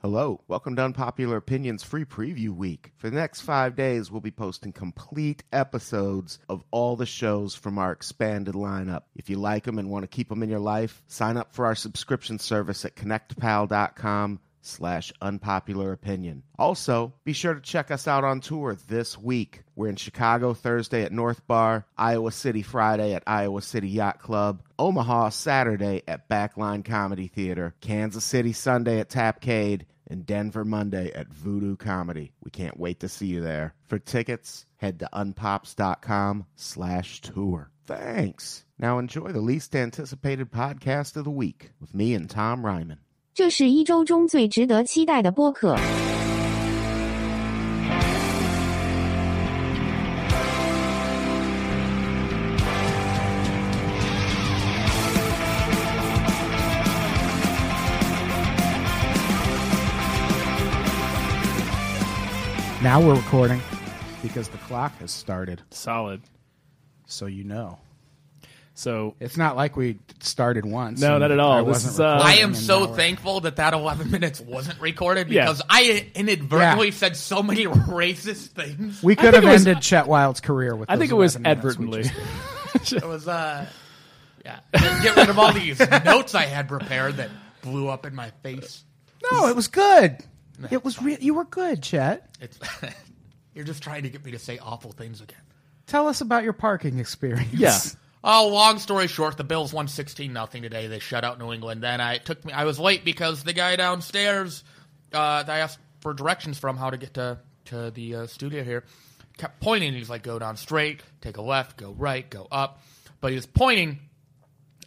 Hello, welcome to Unpopular Opinions Free Preview Week. For the next five days, we'll be posting complete episodes of all the shows from our expanded lineup. If you like them and want to keep them in your life, sign up for our subscription service at connectpal.com slash unpopular opinion. Also, be sure to check us out on tour this week. We're in Chicago Thursday at North Bar, Iowa City Friday at Iowa City Yacht Club, Omaha Saturday at Backline Comedy Theater, Kansas City Sunday at Tapcade, and Denver Monday at Voodoo Comedy. We can't wait to see you there. For tickets, head to unpops.com slash tour. Thanks. Now enjoy the least anticipated podcast of the week with me and Tom Ryman. 这是一周中最值得期待的播客。 Now we're recording because the clock has started, Solid. so you know. So It's not like we started once. No, and not at all. I This wasn't is, uh, recording I am and so now we're- thankful that that 11 minutes wasn't recorded Yeah. because I inadvertently Yeah. said so many racist things. We could think have it was- ended Chet Wild's career with. I think it those was 11 minutes we advertently. just- It was, uh, yeah. Get rid of all these notes I had prepared that blew up in my face. No, it was good. It was real. You were good, Chet. It's, you're just trying to get me to say awful things again. Tell us about your parking experience. Yeah. Oh, long story short, the Bills won 16 nothing today. They shut out New England. Then I it took me I was late because the guy downstairs uh, that I asked for directions from how to get to to the uh, studio here kept pointing. He's like go down straight, take a left, go right, go up. But he was pointing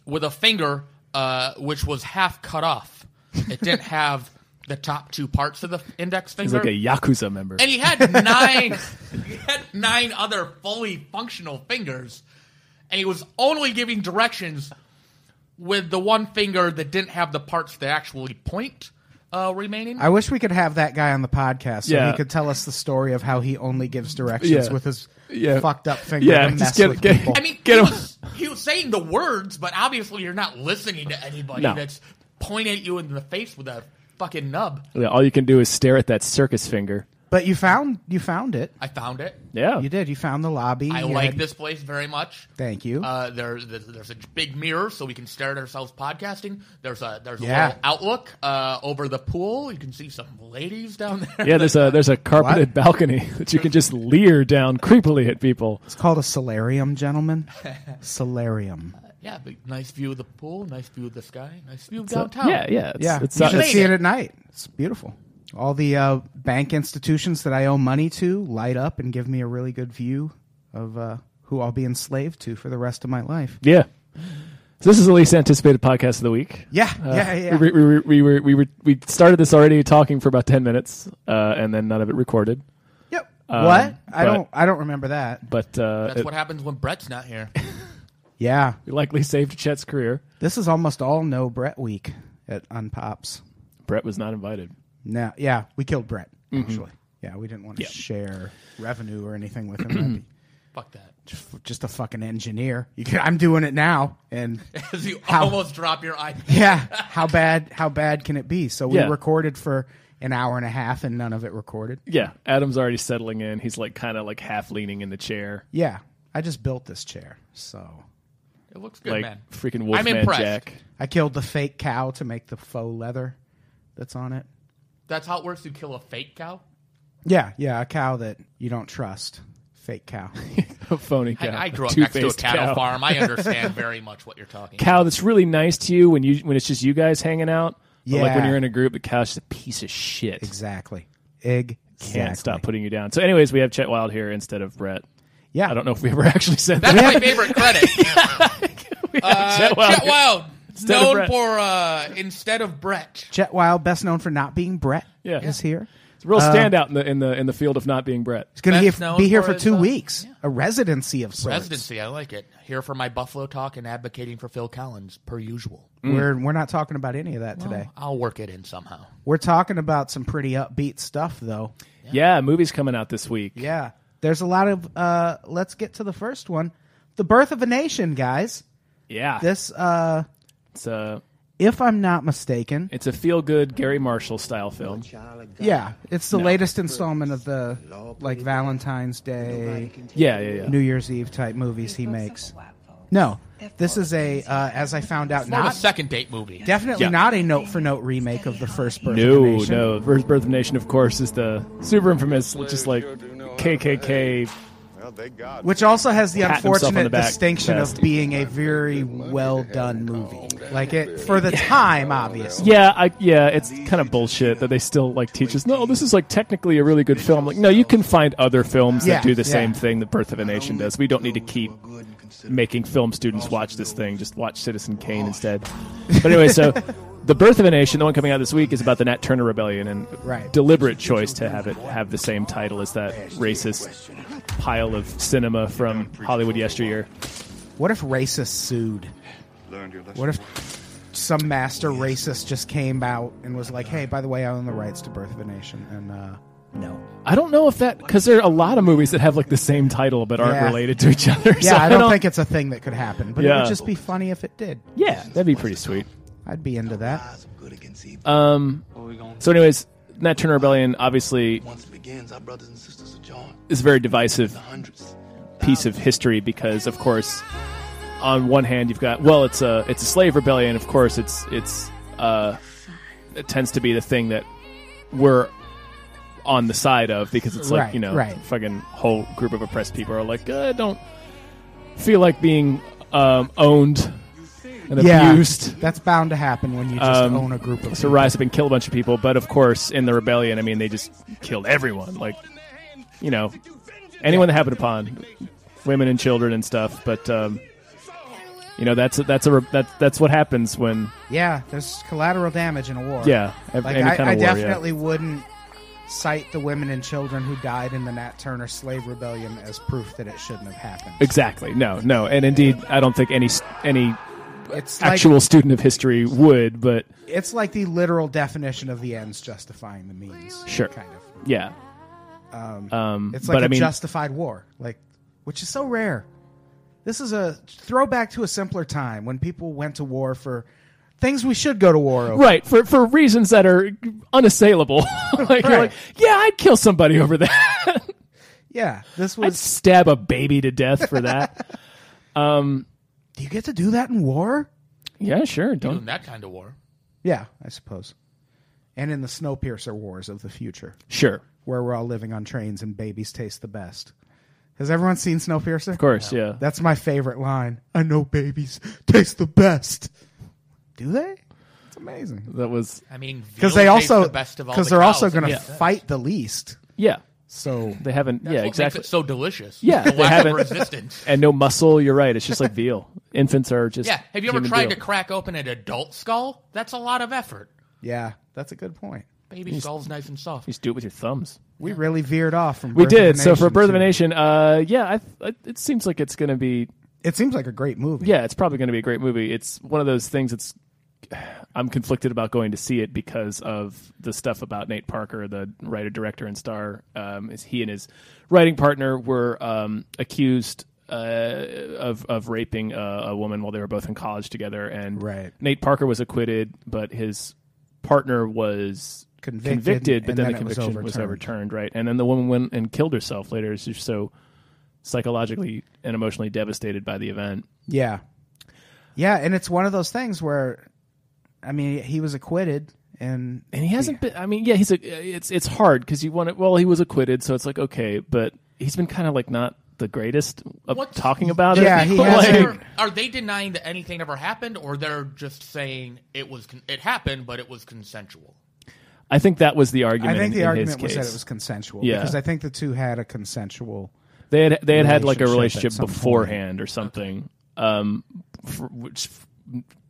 with a finger uh, which was half cut off. It didn't have the top two parts of the index he's finger. like a Yakuza member. And he had nine he had nine other fully functional fingers. And he was only giving directions with the one finger that didn't have the parts that actually point uh, remaining. I wish we could have that guy on the podcast so Yeah. he could tell us the story of how he only gives directions Yeah. with his Yeah. fucked up finger Yeah, to just mess get- with get- people. I mean, Get he, him. was, he was saying the words, but obviously you're not listening to anybody No. that's pointing at you in the face with a fucking nub. yeah, all you can do is stare at that circus finger. but you found you found it. I found it. Yeah. You did. You found the lobby. I You like had- this place very much. Thank you. Uh, there, there's, there's a big mirror so we can stare at ourselves podcasting. There's a there's Yeah. a little outlook uh, over the pool. You can see some ladies down there. Yeah, there's a there's a carpeted What? balcony that you can just leer down creepily at people. It's called a solarium, gentlemen. solarium. yeah, big, nice view of the pool. Nice view of the sky. Nice view of So- downtown. yeah, yeah. It's, Yeah, It's, you uh, should it's- see it at night. It's beautiful. All the uh, bank institutions that I owe money to light up and give me a really good view of uh, who I'll be enslaved to for the rest of my life. yeah. So this is the least anticipated podcast of the week. Yeah, Uh, yeah, yeah. We, we, we, we, were, we, were, we started this already talking for about 10 minutes, uh, and then none of it recorded. yep. Um, what? I but- don't. I don't remember that. But uh, That's it what happens when Brett's not here. Yeah, likely saved Chet's career. this is almost all no Brett week at Unpops. Brett was not invited. No, yeah, we killed Brett Mm-hmm. actually. Yeah, we didn't want to share revenue or anything with him. That'd be Fuck that. just- Just a fucking engineer. You can, I'm doing it now, and 'Cause you How- almost drop your eye. yeah how bad how bad can it be so we Yeah. recorded for an hour and a half and none of it recorded Yeah, Adam's already settling in. He's like kind of like half leaning in the chair, yeah i just built this chair so It looks good, like man. freaking I'm Wolfman impressed. Jack. i killed the fake cow to make the faux leather that's on it That's how it works. You kill a fake cow. yeah yeah a cow that you don't trust fake cow Phony cow. I, I grew up next to a Two-faced cattle cow. farm. I understand very much what you're talking. Cow that's really nice to you when you when it's just you guys hanging out. But like when Yeah. you're in a group, the cow's just a piece of shit. exactly egg Can't stop putting you down. So, anyways, we have Chet Wild here instead of Brett. yeah I don't know if we ever actually said That's that. my favorite credit. uh, Chet Wild, Instead of known Brett. for uh, instead of Brett. jet wild best known for not being brett Yeah. is here It's a real Uh, standout in the in the in the field of not being Brett. he's gonna Best be, known be here for for his, two uh, weeks a residency of sorts Presidency, I like it. Here for my Buffalo talk and advocating for Phil Collins, per usual. Mm. we're we're not talking about any of that today Well, I'll work it in somehow. We're talking about some pretty upbeat stuff, though. Yeah, movie's coming out this week. Yeah. There's a lot of, uh, let's get to the first one The Birth of a Nation, guys. Yeah. This, uh, It's, uh, if I'm not mistaken. It's a feel good Gary Marshall style film. Yeah, it's the latest installment of the like Valentine's Day, Yeah, yeah, yeah. New Year's Eve type movies he makes. No, this is a uh, as I found out More of a not second date movie. definitely Yeah. not a note for note remake of the first Birth of a No, Nation. no. First Birth of a Nation, of course, is the super infamous, just like KKK. Well, thank God. Which also has the Pat himself on unfortunate the back distinction fast. of being a very well done movie. Like it for the time, obviously. Yeah, I, yeah. It's kind of bullshit that they still like teach us. No, this is like technically a really good film. Like, no, you can find other films Yeah, that do the yeah. same thing that Birth of a Nation does. We don't need to keep making film students watch this thing. Just watch Citizen Kane instead. But anyway, so the Birth of a Nation, the one coming out this week, is about the Nat Turner Rebellion and Right. deliberate choice to have it have the same title as that racist pile of cinema from Hollywood yesteryear. What if racists sued? Learned your lesson. What if some master racist just came out and was like, "Hey, by the way, I own the rights to Birth of a Nation," and uh, no. I don't know if that because there are a lot of movies that have like the same title but aren't Yeah. related to each other. Yeah, I don't think it's a thing that could happen, but it Yeah. would just be funny if it did. Yeah, that'd be pretty sweet. I'd be into that. Uh, Um, so, anyways, Nat Turner Rebellion obviously Once it begins, our brothers and sisters are joined. is a very divisive Hundreds. piece of history because, of course, on one hand you've got well, it's a it's a slave rebellion. Of course, it's it's uh, it tends to be the thing that we're on the side of because it's like Right, you know, right. fucking whole group of oppressed people are like, uh, don't feel like being um, owned and Yeah, abused. that's bound to happen when you just Um, own a group of. So people. rise up and kill a bunch of people, but of course, in the rebellion, I mean, they just killed everyone. Like, you know, anyone that happened upon, women and children and stuff. But um, you know, that's a, that's a re- that, that's what happens when Yeah, there's collateral damage in a war. yeah, ev- Like any I, kind I of war. yeah. definitely wouldn't cite the women and children who died in the Nat Turner slave rebellion as proof that it shouldn't have happened. Exactly. No, no, and indeed, I don't think any s- any It's like actual student of history would, but it's like the literal definition of the ends justifying the means. Sure. kind of. yeah. Um, It's but like a I mean, justified war, like which is so rare. This is a throwback to a simpler time when people went to war for things we should go to war over. right for for reasons that are unassailable. like, you're Right. like, yeah, I'd kill somebody over that. Yeah, this I'd was. stab a baby to death for that. do you get to do that in war? yeah, sure. Don't Doing that kind of war. Yeah, I suppose. And in the Snowpiercer wars of the future. sure. Of where we're all living on trains and babies taste the best. Has everyone seen Snowpiercer? Of course, yeah. That's my favorite line. I know babies taste the best. Do they? It's amazing. That was I mean, Because they also because the because they're also going to Yeah. fight the least. yeah. So They haven't yeah, What exactly. Makes it so delicious. Yeah, the they lack haven't- of resistance. and no muscle, you're right. It's just like veal. Infants are just Yeah. Have you ever human tried veal. to crack open an adult skull? That's a lot of effort. yeah, that's a good point. Baby skull's nice and soft. You just do it with your thumbs. We really veered off from. We Birth of did. a So for Nation Birth of a to- Nation, uh yeah, I, I, it seems like it's going to be it seems like a great movie. yeah, it's probably going to be a great movie. It's one of those things that's I'm conflicted about going to see it because of the stuff about Nate Parker, the writer, director, and star. Um, is he and his writing partner were um, accused uh, of of raping a, a woman while they were both in college together, and Right. Nate Parker was acquitted, but his partner was Convicted, convicted, but and then, then the it was conviction was overturned. overturned, right? And then the woman went and killed herself later. It's just so psychologically and emotionally devastated by the event. Yeah. Yeah, and it's one of those things where, I mean, he was acquitted, and and he hasn't been. I mean, yeah, he's a. It's it's hard because you want to. Well, he was acquitted, so it's like okay, but he's been kind of like not the greatest of What's- talking about Yeah, it. he But, has like, been. Are, are they denying that anything ever happened, or they're just saying it was con- it happened, but it was consensual? I think that was the argument. I think in- the in argument his was case. that it was consensual Yeah. because I think the two had a consensual. they had they had had like a relationship relationship at some beforehand or something, um, for, which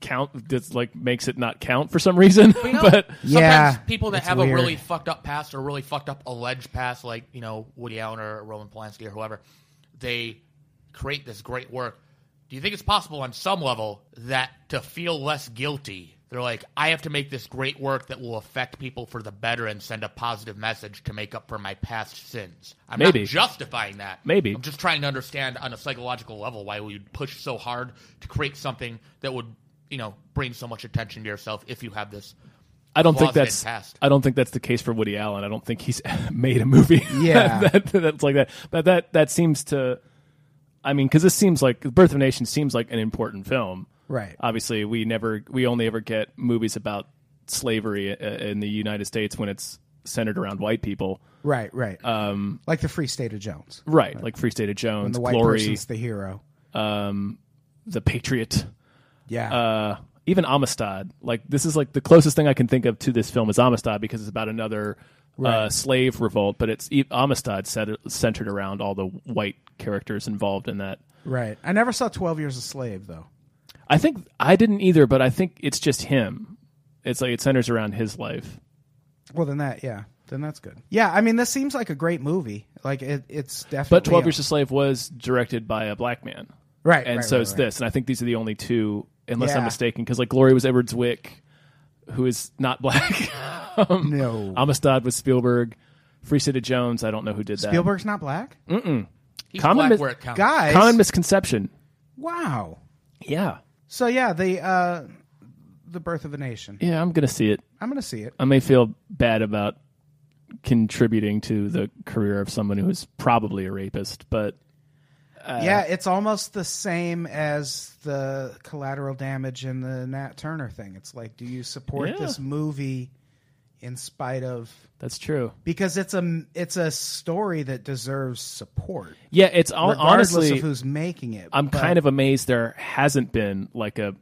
count that's like makes it not count for some reason. You know, but sometimes Yeah, people that it's have a weird. really fucked up past or really fucked up alleged past, like you know Woody Allen or Roman Polanski or whoever, they create this great work. Do you think it's possible on some level that to feel less guilty, they're like, I have to make this great work that will affect people for the better and send a positive message to make up for my past sins? I'm Maybe. not justifying that. Maybe. I'm just trying to understand on a psychological level why we would push so hard to create something that would you know bring so much attention to yourself if you have this. I don't think Lost it that's passed. I don't think that's the case for Woody Allen. I don't think he's made a movie Yeah. that, that's like that. But that that seems to, I mean, because this seems like Birth of a Nation seems like an important film, Right. Obviously, we never we only ever get movies about slavery uh, in the United States when it's centered around white people, Right, right. Um, like the Free State of Jones. right? Like Free State of Jones, The white Glory, person's the hero. The Patriot. Yeah. uh, even Amistad. Like this is like the closest thing I can think of to this film is Amistad because it's about another uh, slave revolt, but it's e- Amistad set, centered around all the white characters involved in that. right. I never saw Twelve Years a Slave though. I think I didn't either, but I think it's just him. It's like it centers around his life. Well, then that, yeah, then that's good. Yeah, I mean, this seems like a great movie. Like it, it's definitely. But Twelve a- Years a Slave was directed by a black man, Right, And right, so right, is right. this, and I think these are the only two, unless I'm Yeah. mistaken, because like Glory was Edward Zwick, who is not black. No, Amistad was Spielberg. Free City Jones, I don't know who did that. Spielberg's not black. He's Common black Mm-hmm. mis- where it counts. Guys, common misconception. wow. Yeah, So yeah, the uh, the Birth of a Nation. yeah, I'm gonna see it. I'm gonna see it. I may feel bad about contributing to the career of someone who is probably a rapist, but Uh, yeah, it's almost the same as the collateral damage and the Nat Turner thing. It's like, do you support Yeah. this movie in spite of that's true. because it's a it's a story that deserves support, Yeah, it's all, regardless honestly. of who's making it. I'm kind of amazed there hasn't been like a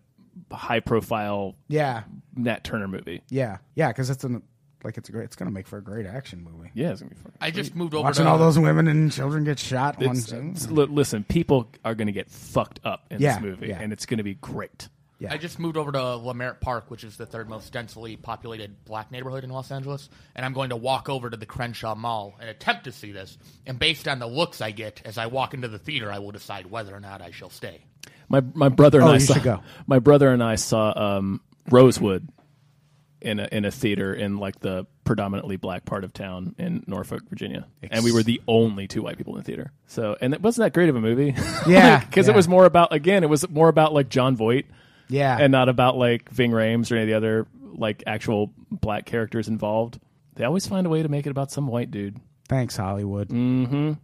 high profile yeah, Nat Turner movie. yeah, yeah, because it's an like it's a great. It's gonna make for a great action movie. Yeah, it's gonna be fun. I just moved over Watching to all those women and children get shot. On, uh, It's- it's- li- listen, people are gonna get fucked up in Yeah, this movie, yeah. and it's gonna be great. Yeah. I just moved over to Lamert Park, which is the third most densely populated black neighborhood in Los Angeles, and I'm going to walk over to the Crenshaw Mall and attempt to see this. And based on the looks I get as I walk into the theater, I will decide whether or not I shall stay. My my brother and Oh, I you saw should go. my brother and I saw um, Rosewood in a in a theater in like the predominantly black part of town in Norfolk, Virginia, and we were the only two white people in the theater. So, and it wasn't that great of a movie, Yeah, because yeah. it was more about again, it was more about like John Voight yeah, and not about like Ving Rhames or any of the other like actual black characters involved. They always find a way to make it about some white dude. thanks Hollywood. Mm.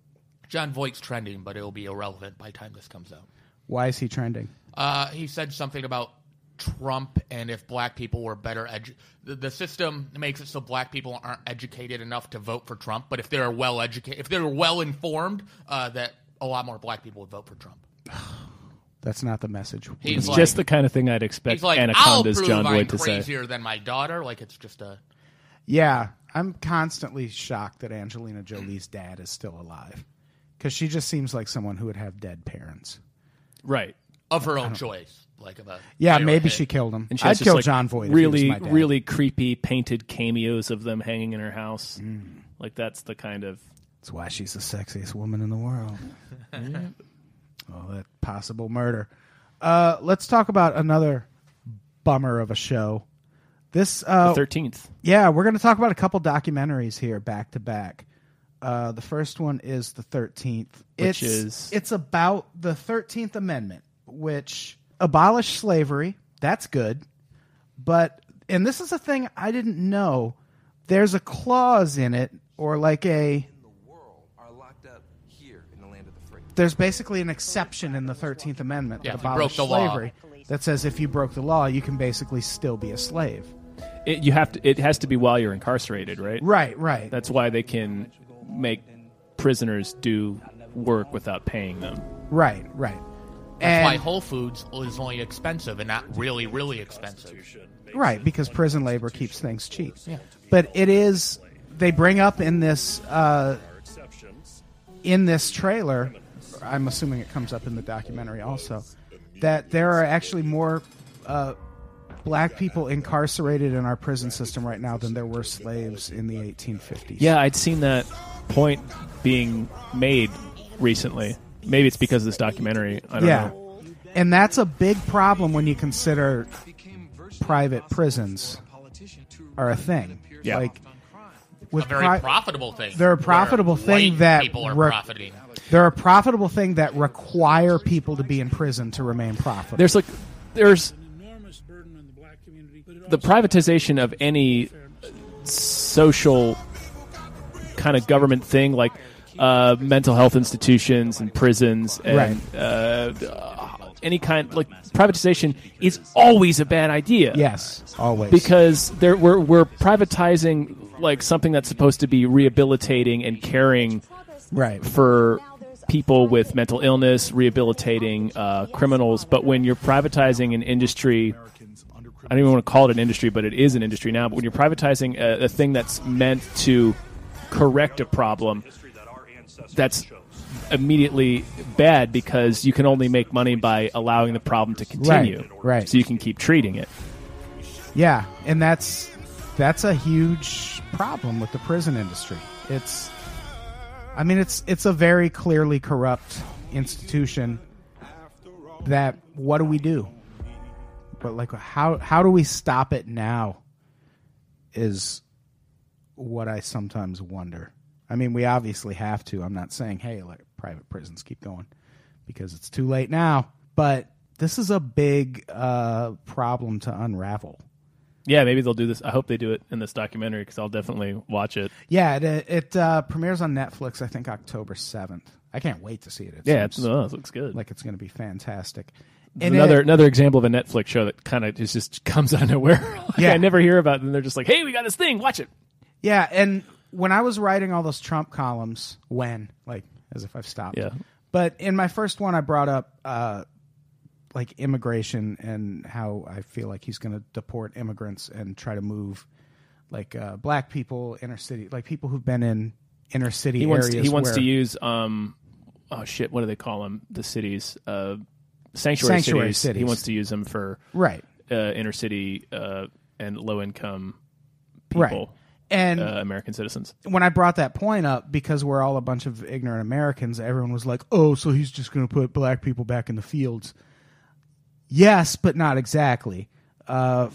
John Voight's trending, but it'll be irrelevant by the time this comes out. Why is he trending? Uh, he said something about Trump and if black people were better edu- the, the system makes it so black people aren't educated enough to vote for Trump, but if they're well educated, if they're well informed, uh, that a lot more black people would vote for Trump. That's not the message. He's It's like, just the kind of thing I'd expect he's like, I'll Anaconda's prove John I'm Voight to say. crazier than my daughter. Like it's just a Yeah, I'm constantly shocked that Angelina Jolie's dad is still alive because she just seems like someone who would have dead parents. Right. of her own choice. Like of a Yeah, zero maybe hit. she killed him. And she I'd has just, kill like, John Voight. if he Really, was my dad. really creepy painted cameos of them hanging in her house. Like that's the kind of That's why she's the sexiest woman in the world. All that possible murder. Uh, let's talk about another bummer of a show. This Oh. uh, thirteenth. Yeah, we're going to talk about a couple documentaries here back to back. Uh, the first one is the Thirteenth, Which it's, is- it's about the Thirteenth Amendment, which abolished slavery. That's good, but and this is a thing I didn't know. There's a clause in it, or like a in the world are locked up here in the land of the free. there's basically an exception in the Thirteenth Amendment Yeah, that if you broke abolished the law. slavery that says if you broke the law, you can basically still be a slave. It, you have to. It has to be while you're incarcerated, right? Right, right. That's why they can make prisoners do work without paying them. right, right. That's And- why Whole Foods is only expensive and not really, really expensive. Right, because prison labor keeps things cheap. But it is they bring up in this uh, in this trailer. I'm assuming it comes up in the documentary also that there are actually more uh, black people incarcerated in our prison system right now than there were slaves in the 1850s. Yeah, I'd seen that point being made recently. Maybe it's because of this documentary. I don't yeah, know. and that's a big problem when you consider Became private prisons politician to are a thing. Yeah. Like crime. with A very pri- profitable thing. They're a where profitable thing white that people are re- profiting. They're a profitable thing that require people to be in prison to remain profitable. There's like, there's the privatization of any social kind of government thing, like uh, mental health institutions and prisons and Right. uh, any kind, like privatization is always a bad idea Yes, always. because there we're we're privatizing like something that's supposed to be rehabilitating and caring right. for people with mental illness, rehabilitating uh, criminals. But when you're privatizing an industry, I don't even want to call it an industry, but it is an industry now. But when you're privatizing a, a thing that's meant to correct a problem, that's immediately bad because you can only make money by allowing the problem to continue. right. So you can keep treating it. Yeah, and that's that's a huge problem with the prison industry. It's I mean it's it's a very clearly corrupt institution that what do we do? But like how how do we stop it now is what I sometimes wonder. I mean, we obviously have to. I'm not saying hey, let private prisons keep going because it's too late now, but this is a big uh, problem to unravel. Yeah, maybe they'll do this. I hope they do it in this documentary because I'll definitely watch it. Yeah, it, it uh, premieres on Netflix. I think October seventh. I can't wait to see it. it Yeah, it's, seems oh, it looks good. like it's going to be fantastic. It's And another it- another example of a Netflix show that kind of just, just comes out of nowhere. Like, Yeah. I never hear about it, and they're just like, "Hey, we got this thing, watch it." yeah, and when I was writing all those Trump columns, when like as if I've stopped. Yeah. But in my first one, I brought up uh, like immigration and how I feel like he's going to deport immigrants and try to move like uh, black people, inner city, like people who've been in inner city He wants to, areas. he wants to where- use um oh shit, what do they call them? The cities, uh, sanctuary, Sanctuary cities. cities. He wants to use them for right, uh, inner city uh, and low income people, right, and uh, American citizens. when I brought that point up, because we're all a bunch of ignorant Americans, everyone was like, "Oh, so he's just going to put black people back in the fields." Yes, but not exactly. Uh,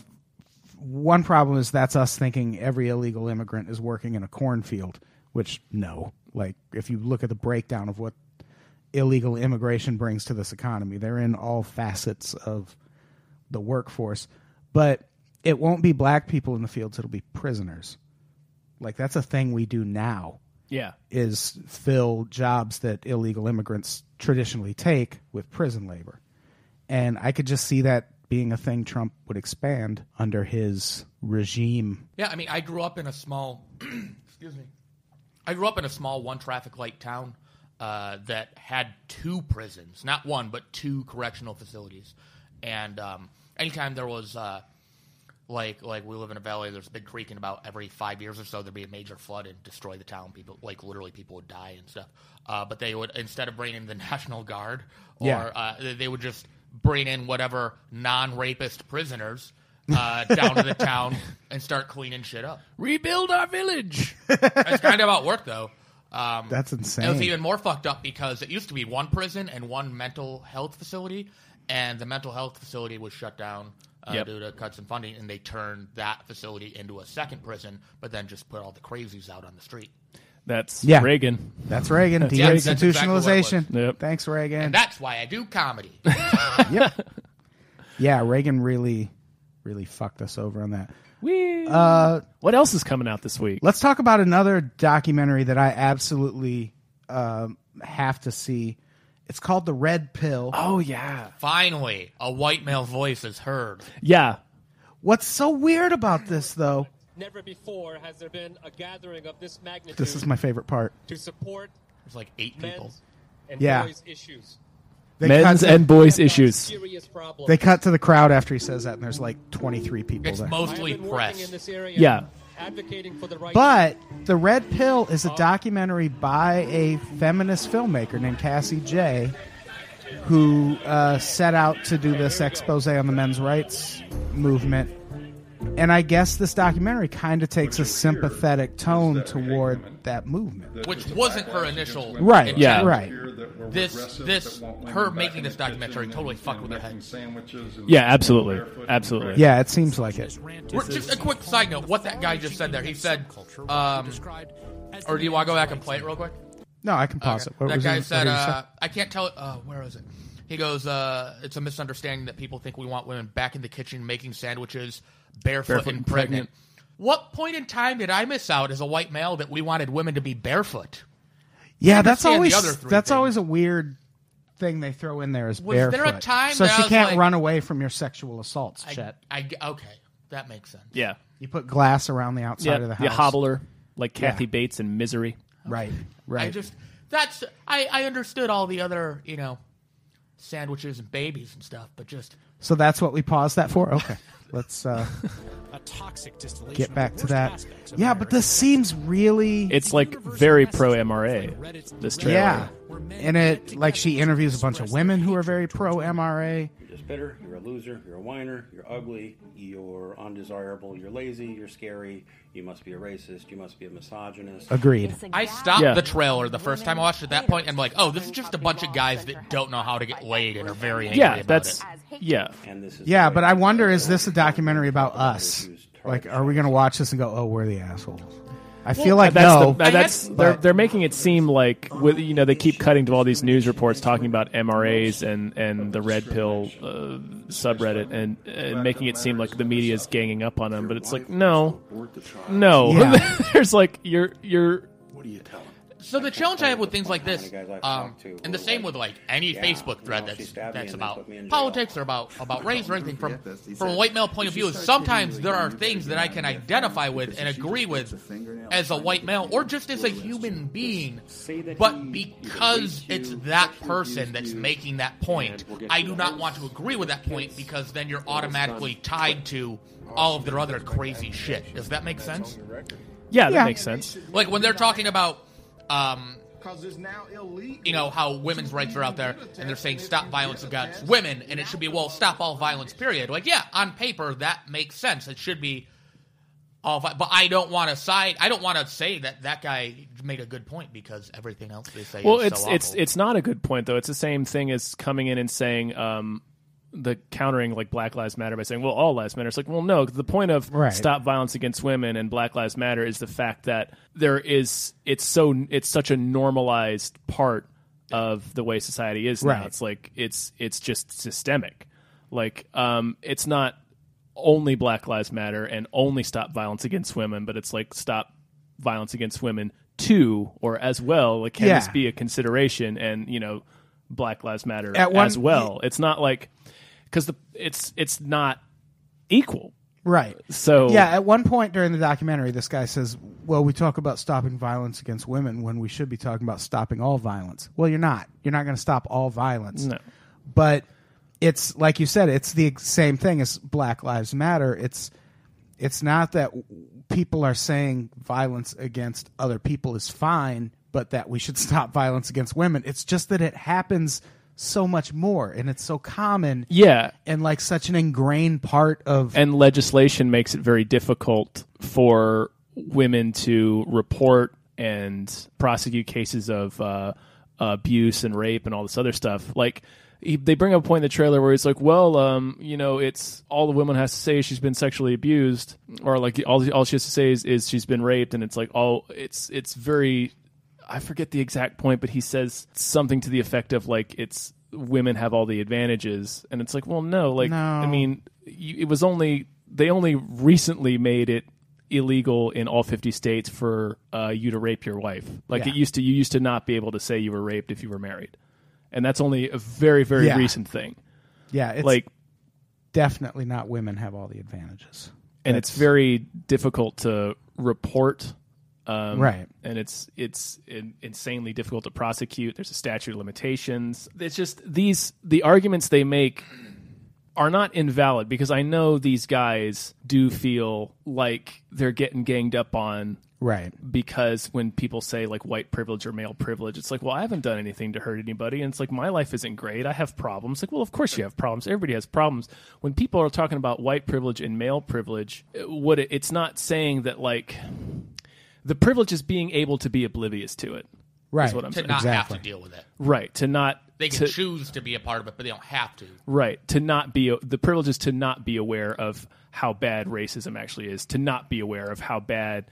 one problem is that's us thinking every illegal immigrant is working in a cornfield, which no. Like if you look at the breakdown of what illegal immigration brings to this economy, they're in all facets of the workforce. But it won't be black people in the fields; it'll be prisoners like that's a thing we do now Yeah, is fill jobs that illegal immigrants traditionally take with prison labor and i could just see that being a thing trump would expand under his regime Yeah, I mean, I grew up in a small, excuse me, I grew up in a small one traffic light town uh, that had two prisons, not one, but two correctional facilities. And um, anytime there was, uh, like, like we live in a valley, there's a big creek, and about every five years or so, there'd be a major flood and destroy the town. People, like, literally, people would die and stuff. Uh, but they would, instead of bringing the National Guard, or Yeah. uh, they- they would just bring in whatever non-rapist prisoners uh, down to the town and start cleaning shit up. rebuild our village. It's kind of about work though. Um, That's It was insane. even more fucked up because it used to be one prison and one mental health facility, and the mental health facility was shut down uh, Yep. due to cuts in funding, and they turned that facility into a second prison, but then just put all the crazies out on the street. That's Yeah. Reagan. that's reagan Yeah, that's exactly what it was. deinstitutionalization Yep. thanks reagan And that's why I do comedy. yep. yeah reagan really really fucked us over on that We. uh what else is coming out this week? Let's talk about another documentary that I absolutely um, have to see. It's called The Red Pill. Oh yeah, Finally, a white male voice is heard. yeah. What's so weird about this, though? Never before has there been a gathering of this magnitude This is my favorite part. to support There's like eight people. men's and Yeah. boys' issues. They cut Men's to, and boys' That's a issues. serious problem. They cut to the crowd after he says that, and there's like 23 people It's there. I have mostly been working in press. this area, Yeah. advocating for the right. But The Red Pill is a documentary by a feminist filmmaker named Cassie J, who uh, set out to do this expose on the men's rights movement. And I guess this documentary kind of takes a sympathetic tone toward that movement. Which wasn't her initial Right, intent. yeah. right. This, this, her making this documentary totally fucked with her head. Yeah, absolutely, absolutely. Yeah, it seems like it. We're- just a quick side note. What that guy just said there. He said, um, or do you want to go back and play it real quick? No, I can pause Okay. it. What That was guy it- said, what did he say? uh, I can't tell. Uh, where is it? He goes, uh, "It's a misunderstanding that people think we want women back in the kitchen making sandwiches, barefoot, Barefoot and and pregnant. pregnant. What point in time did I miss out as a white male that we wanted women to be barefoot? Yeah, that's understand the always other three that's things. always a weird thing they throw in there is Was there a barefoot. time so that I she was can't like- run away from your sexual assaults, I- Chet. I, g- okay, that makes sense. Yeah. You put glass around the outside Yeah. of the You house. hobbler, like Kathy Bates in Misery. Right, right. I just that's I I understood all the other you know sandwiches and babies and stuff, but just so that's what we paused that for. Okay, let's uh, A toxic distillation get of back the to worst that. aspects of Yeah, America. but this seems really It's like very pro MRA. This trailer. yeah, and it like she interviews a bunch of women who are very pro MRA. You're just bitter, you're a loser, you're a whiner, you're ugly, you're undesirable, you're lazy, you're scary, you must be a racist, you must be a misogynist. Agreed. I stopped Yeah. the trailer the first time I watched it. At that point, I'm like, oh, this is just a bunch of guys that don't know how to get laid and are very angry Yeah, about that's it. yeah. And this is Yeah, but I wonder is this a documentary about us? Like, are we going to watch this and go, oh, we're the assholes? I feel like that's no. the, that's I had- they're but- they're making it seem like with you know they keep cutting to all these news reports talking about MRAs and and the red pill uh, subreddit and and making it seem like the media is ganging up on them, but it's like no, no. Yeah. There's like you're you're So the challenge I have with things like this, How many guys I've um, talked to and were the same like, with like any "Yeah, Facebook you thread know, she that's stabbed me that's and then about put me in jail." politics or about about race or anything from from a white male point of view. Is sometimes there are things that I can identify with and agree with as a white male or just as a human being, but because it's that person that's making that point, I do not want to agree with that point because then you're automatically tied to all of their other crazy shit. Does that make sense? yeah, Yeah. that makes sense. Like when they're talking about, um, Because it's now illegal. you know, how women's rights are out there and they're saying stop violence against women, and it should be, well, stop all violence, period. Like, yeah, on paper, that makes sense. It should be all, vi- but I don't want to side, I don't want to say that that guy made a good point because everything else they say Well, is it's so it's awful. it's not a good point though. It's the same thing as coming in and saying um, the countering like Black Lives Matter by saying, "Well, all lives matter." It's like, well, no. The point of Right. stop violence against women and Black Lives Matter is the fact that there is it's so it's such a normalized part of the way society is now. Right. It's like it's it's just systemic. Like um, it's not only Black Lives Matter and only stop violence against women, but it's like stop violence against women too or as well. Like can Yeah. this be a consideration? And you know, Black Lives Matter At one- as well. It's not like because the it's it's not equal. Right. So Yeah, at one point during the documentary, this guy says, Well, we talk about stopping violence against women when we should be talking about stopping all violence. Well, you're not. You're not going to stop all violence. No. But it's like you said, it's the ex- same thing as Black Lives Matter. It's it's not that w- people are saying violence against other people is fine, but that we should stop violence against women. It's just that it happens so much more and it's so common yeah, and like such an ingrained part of and legislation makes it very difficult for women to report and prosecute cases of uh, abuse and rape and all this other stuff. Like he, they bring up a point in the trailer where it's like, well, um, you know, it's all the woman has to say is she's been sexually abused, or like all all she has to say is, is she's been raped, and it's like all it's it's very. I forget the exact point, but he says something to the effect of like it's women have all the advantages, and it's like, well, no, like No. I mean, you, it was only they only recently made it illegal in all 50 states for uh, you to rape your wife like Yeah. it used to you used to not be able to say you were raped if you were married and that's only a very very Yeah. recent thing yeah, it's like definitely not women have all the advantages. and it's very difficult to report um, Right. and it's it's in, insanely difficult to prosecute there's a statute of limitations it's just these the arguments they make are not invalid because i know these guys do feel like they're getting ganged up on Right. because when people say like white privilege or male privilege, it's like, well, I haven't done anything to hurt anybody, and it's like my life isn't great. I have problems. Like, well, of course you have problems. Everybody has problems. When people are talking about white privilege and male privilege, it- what it, it's not saying that like the privilege is being able to be oblivious to it, Right. what I'm to saying. not Exactly. have to deal with it. right? To not They can to- choose to be a part of it, but they don't have to. Right. To not be the privilege is to not be aware of how bad racism actually is, to not be aware of how bad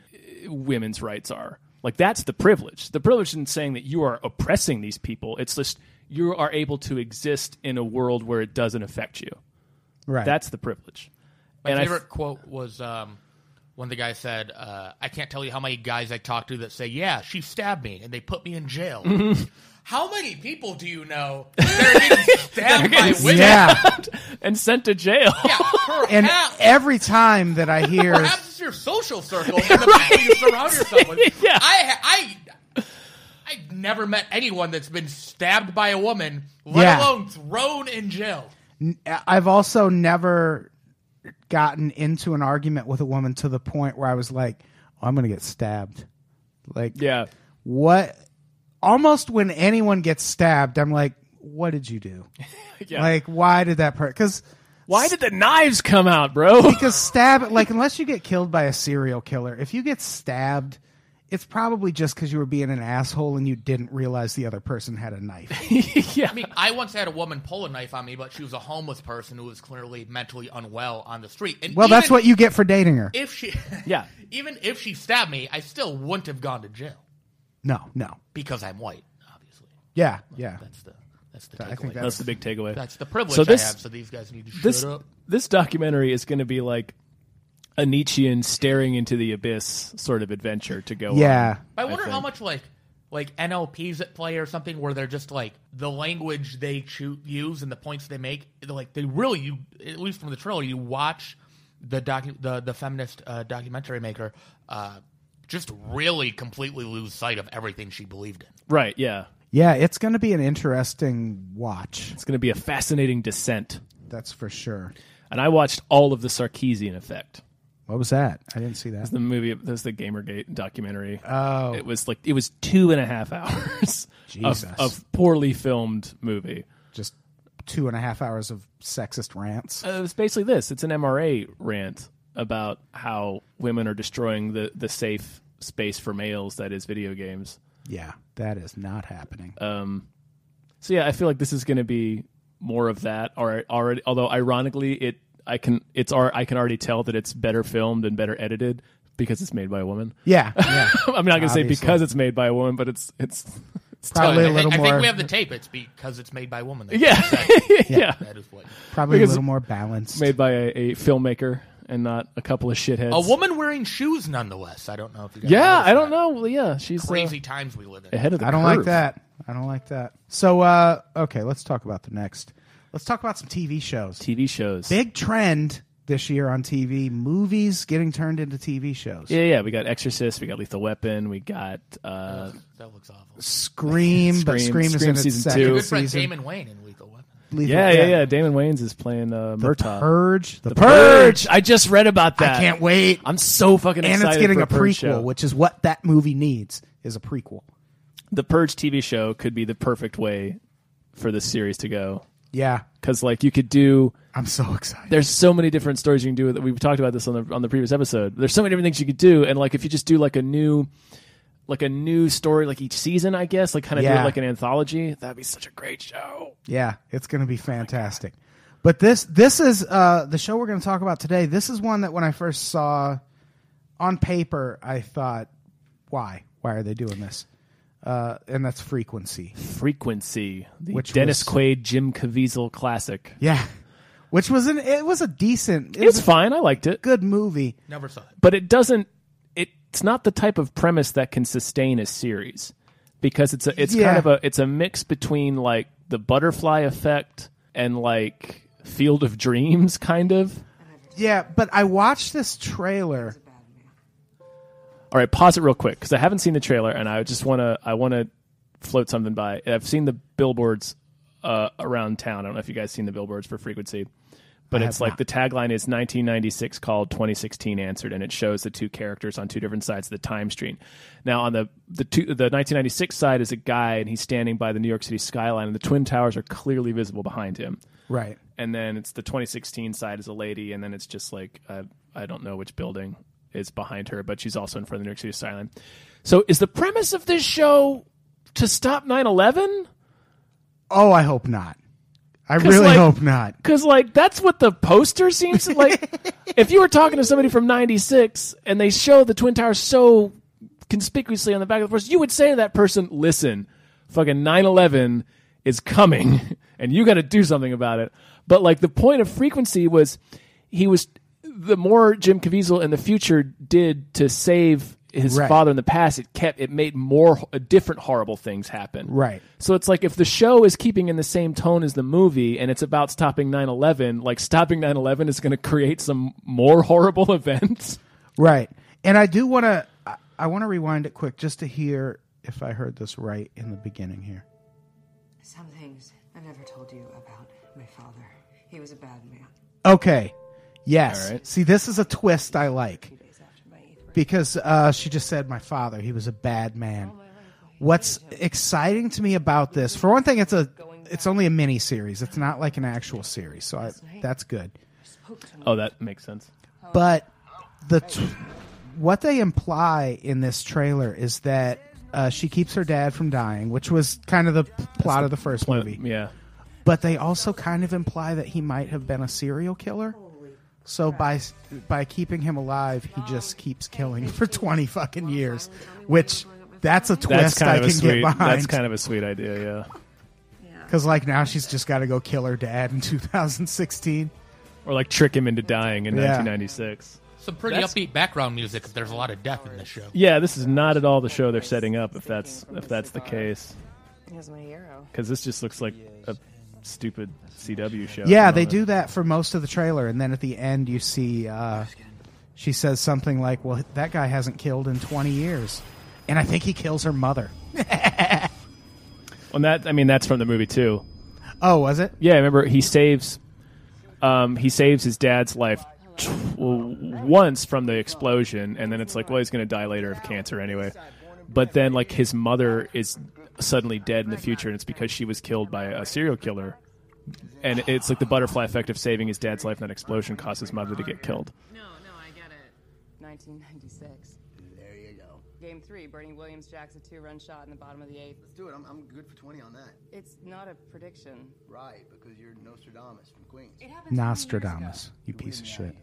uh, women's rights are. Like that's the privilege. The privilege isn't saying that you are oppressing these people. It's just you are able to exist in a world where it doesn't affect you. Right. That's the privilege. My and I favorite quote was um, when the guy said, uh, "I can't tell you how many guys I talked to that say, yeah, she stabbed me and they put me in jail." How many people do you know that are getting stabbed by women? Yeah. and sent to jail. Yeah, perhaps. and every time that I hear perhaps it's your social circle and the people you surround yourself with. Yeah. I, I, I've never met anyone that's been stabbed by a woman, let Yeah. alone thrown in jail. I've also never gotten into an argument with a woman to the point where I was like, oh, I'm going to get stabbed. Like, yeah. what? Almost when anyone gets stabbed, I'm like, what did you do? Yeah. Like, why did that person? Because Why did the knives come out, bro? because stab like unless you get killed by a serial killer, if you get stabbed, it's probably just because you were being an asshole and you didn't realize the other person had a knife. yeah. I mean, I once had a woman pull a knife on me, but she was a homeless person who was clearly mentally unwell on the street. And Well, that's even what you get for dating her. If she, Yeah. even if she stabbed me, I still wouldn't have gone to jail No, no. because I'm white. Obviously, Yeah, yeah. that's the that's the I takeaway. think that's, That's the big takeaway. the privilege So this- I have. So these guys need to shut this up. this documentary is going to be like a Nietzschean staring into the abyss sort of adventure to go. Yeah. I wonder how think. much like like NLPs at play or something where they're just like the language they choo- use and the points they make. they're, Like they really you at least from the trailer you watch the docu- the the feminist uh, documentary maker uh, just really completely lose sight of everything she believed in. on. right. Yeah, Yeah, it's going to be an interesting watch. it's going to be a fascinating descent. That's for sure. And I watched all of the Sarkeesian effect. What was that? I didn't see that. The movie that was the Gamergate documentary. Oh, it was like it was two and a half hours of, Jesus. of poorly filmed movie. Just two and a half hours of sexist rants. Uh, it's basically this. It's an MRA rant about how women are destroying the the safe space for males that is video games. Yeah, that is not happening. Uh, So yeah, I feel like this is going to be more of that. Or already, although ironically, it I can it's ar- I can already tell that it's better filmed and better edited because it's made by a woman. yeah, yeah. I'm not going to say Obviously. because it's made by a woman, but it's it's it's Probably telling. a little I, more think we have the tape. It's because it's made by a woman. That's yeah, what yeah, That is what. probably a because- little more balanced. made by a, a filmmaker and not a couple of shitheads. A woman wearing shoes, nonetheless. I don't know if you guys Yeah, noticed I don't that. know. Well, yeah, she's uh, Crazy times we live in. ahead of the I don't curve. like that. I don't like that. So, uh, okay, let's talk about the next. Let's talk about some TV shows. TV shows. Big trend this year on TV: movies getting turned into TV shows. Yeah, yeah. We got Exorcist. We got Lethal Weapon. We got uh, That looks awful. Scream, but Scream, Scream- is Scream in its season second two. Good Good friend season. Damon Wayne in Lethal Weapon. Lethal- yeah, yeah, yeah. Damon Waynes is playing uh, The Murtaugh. Purge, the, The Purge. Purge. I just read about that. I can't wait. I'm so fucking and excited. it's getting for a, Purge prequel, show. which is what that movie needs is a prequel. The Purge TV show could be the perfect way for this series to go Yeah, because, like, you could do. I'm so excited. There's so many different stories you can do. That we've talked about this on the on the previous episode. There's so many different things you could do, and like if you just do like a new, like a new story, like each season, I guess, like kind of do Yeah. it like an anthology. That'd be such a great show. Yeah, it's going to be fantastic. but this this is uh, the show we're going to talk about today. This is one that when I first saw on paper, I thought, why? Why are they doing this? Uh, and that's frequency. Frequency, the Which Dennis was- Quaid, Jim Caviezel classic. Yeah, which was an it was a decent, it It's was a fine. I liked it. good movie. Never saw it. but it doesn't it's not the type of premise that can sustain a series because it's a it's kind Yeah. of a it's a mix between like the butterfly effect and like field of dreams kind of Yeah, but I watched this trailer. all right pause it real quick because i haven't seen the trailer and i just want to i want to float something by i've seen the billboards uh, around town i don't know if you guys seen the billboards for frequency but it's like the tagline is 1996 called 2016 answered and it shows the two characters on two different sides of the time stream now on the the two, the 1996 side is a guy and he's standing by the new york city skyline and the twin towers are clearly visible behind him Right. and then it's the 2016 side is a lady, and then it's just like uh, I don't know which building is behind her, but she's also in front of the New York City Skyline. So is the premise of this show to stop 9/11? Oh, I hope not. I 'Cause, really like- hope not. Because like that's what the poster seems to- like. if you were talking to somebody from '96 and they show the twin towers so conspicuously on the back of the poster, you would say to that person, "Listen, fucking 9/11 is coming and you got to do something about it. But like the point of frequency was he was the more Jim Caviezel in the future did to save his Right. father in the past, it kept it made more uh, different horrible things happen. Right. So it's like if the show is keeping in the same tone as the movie and it's about stopping 9/11, like stopping 9/11 is going to create some more horrible events. Right. And I do want to I want to rewind it quick just to hear if I heard this right in the beginning here. Some things I never told you about my father. He was a bad man. Okay. Yes. All right. See, this is a twist I like. Because uh, she just said, my father, he was a bad man. What's exciting to me about this, for one thing, it's a it's only a mini series. It's not like an actual series, so I, that's good. Oh, that makes sense. But the t- what they imply in this trailer is that uh, she keeps her dad from dying, which was kind of the p- plot of the first movie. Yeah. But they also kind of imply that he might have been a serial killer. So by s- by keeping him alive, he just keeps killing for twenty fucking years, which that's a That's twist kind I of can a sweet. get behind. That's kind of a sweet idea, yeah. Because like now she's just got to go kill her dad in 2016. Or like trick him into dying in Yeah. 1996. Some pretty upbeat background music. 'cause There's a lot of death in this show. Yeah, this is not at all the show they're setting up. If that's if that's the case, He was my hero. because this just looks like a stupid CW show. at Yeah, the they moment. do that for most of the trailer, and then at the end you see uh, she says something like, "Well, that guy hasn't killed in twenty years," and I think he kills her mother. And that I mean that's from the movie too. Oh, was it? Yeah, I remember he saves um, he saves his dad's life tw- once from the explosion, and then it's like, well, he's going to die later of cancer anyway. But then, like, his mother is suddenly dead in the future, and it's because she was killed by a serial killer. And it's like the butterfly effect of saving his dad's life, and that explosion caused his mother to get killed. No, no, I get it. 1996. There you go. Game three, Bernie Williams jacks a two-run shot in the bottom of the eighth. Let's do it. I'm, I'm good for 20 on that. It's not a prediction. Right, because you're Nostradamus from Queens. Nostradamus, you piece of shit.